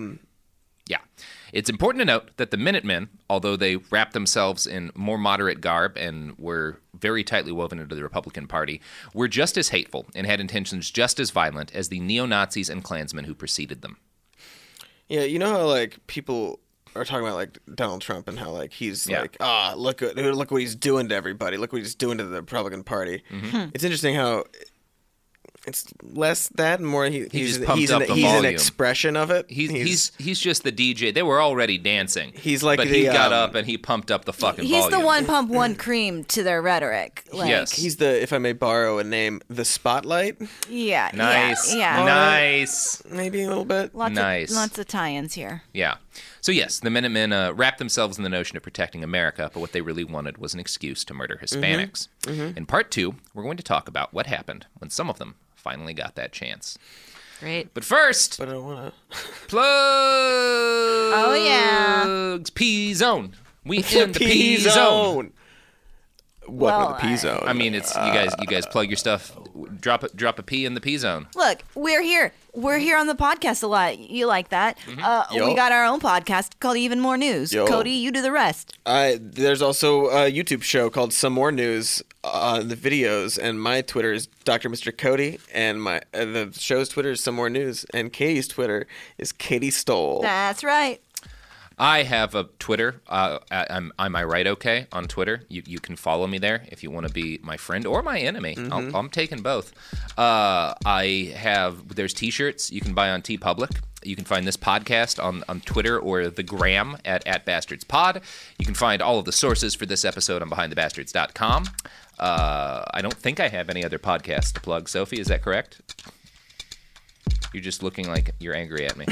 Speaker 1: yeah. It's important to note that the Minutemen, although they wrapped themselves in more moderate garb and were very tightly woven into the Republican Party, were just as hateful and had intentions just as violent as the neo Nazis and Klansmen who preceded them.
Speaker 3: Yeah, you know how like people are talking about like Donald Trump and how like he's
Speaker 1: Yeah.
Speaker 3: like ah look at- look what he's doing to everybody look what he's doing to the Republican Party.
Speaker 1: Mhm. Hmm.
Speaker 3: It's interesting how it's less that and more he,
Speaker 1: He
Speaker 3: he's
Speaker 1: just
Speaker 3: an,
Speaker 1: pumped
Speaker 3: he's,
Speaker 1: up
Speaker 3: an,
Speaker 1: the
Speaker 3: he's an
Speaker 1: volume.
Speaker 3: expression of it.
Speaker 1: He's, he's he's just the DJ. They were already dancing.
Speaker 3: He's like
Speaker 1: but
Speaker 3: the,
Speaker 1: he got
Speaker 3: um,
Speaker 1: up and he pumped up the fucking.
Speaker 2: He's
Speaker 1: volume.
Speaker 2: the one pump one cream to their rhetoric. Like,
Speaker 3: he's the if I may borrow a name the spotlight.
Speaker 2: Yeah. yeah,
Speaker 1: Nice,
Speaker 2: Yeah.
Speaker 1: nice.
Speaker 3: Maybe a little bit.
Speaker 2: Lots
Speaker 1: Nice.
Speaker 2: Of, lots of tie-ins here.
Speaker 1: Yeah. So yes, the Minutemen uh, wrapped themselves in the notion of protecting America, but what they really wanted was an excuse to murder
Speaker 3: Mm-hmm.
Speaker 1: Hispanics.
Speaker 3: Mhm.
Speaker 1: In part two, we're going to talk about what happened when some of them finally got that chance.
Speaker 2: Great.
Speaker 1: But first,
Speaker 3: but I want to
Speaker 1: plug. Oh
Speaker 2: yeah.
Speaker 1: P zone. We in the P zone.
Speaker 3: Welcome to the P zone.
Speaker 1: I mean, it's you guys. You guys plug your stuff. Drop a, drop a P in the P zone.
Speaker 2: Look, we're here. We're here on the podcast a lot. You like that?
Speaker 1: Mm-hmm.
Speaker 2: Uh,
Speaker 3: Yo.
Speaker 2: we got our own podcast called Even More News.
Speaker 3: Yo.
Speaker 2: Cody, you do the rest.
Speaker 3: I there's also a YouTube show called Some More News on the videos, and my Twitter is Dr. Mr. Cody, and my uh, the show's Twitter is Some More News, and Katie's Twitter is Katie
Speaker 1: Oh.
Speaker 3: Stoll.
Speaker 2: That's right.
Speaker 1: I have a Twitter. Uh, I- I'm I'm I right okay on Twitter. You you can follow me there if you want to be my friend or my enemy.
Speaker 3: Mhm.
Speaker 1: I'll, I'm taking both. Uh, I have there's t-shirts you can buy on T Public. You can find this podcast on, on Twitter or the gram at, at Bastards Pod. You can find all of the sources for this episode on BehindTheBastards.com. Uh, I don't think I have any other podcasts to plug. Sophie, is that correct? You're just looking like you're angry at me,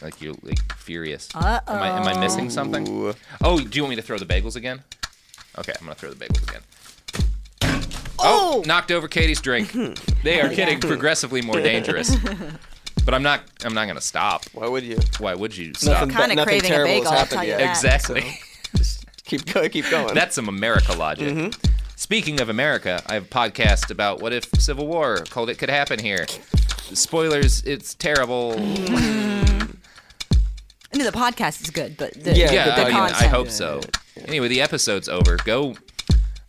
Speaker 1: like you're like furious. Am I, am I missing something? Oh, do you want me to throw the bagels again? Okay, I'm gonna throw the bagels again. Oh, knocked over Katie's drink. They are getting progressively more dangerous. But I'm not. I'm not gonna stop.
Speaker 3: Why would you?
Speaker 1: Why would you
Speaker 3: Nothing,
Speaker 1: stop?
Speaker 3: but nothing terrible has happened yet.
Speaker 1: Exactly.
Speaker 3: keep going. Keep going. Mm-hmm.
Speaker 1: That's some America logic. Speaking of America, I have a podcast about what if Civil War called It Could Happen Here. Spoilers, it's terrible.
Speaker 2: I mean, the podcast is good, but the,
Speaker 1: yeah,
Speaker 2: the,
Speaker 1: I, mean, I
Speaker 2: content.
Speaker 1: hope so. Anyway, the episode's over. Go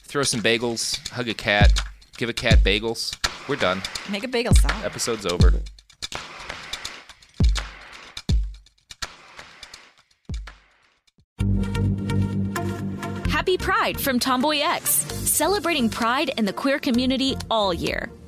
Speaker 1: throw some bagels, hug a cat, give a cat bagels. We're done.
Speaker 2: Make a bagel salad.
Speaker 1: Episode's over.
Speaker 6: Happy Pride from Tomboy X, celebrating pride in the queer community all year.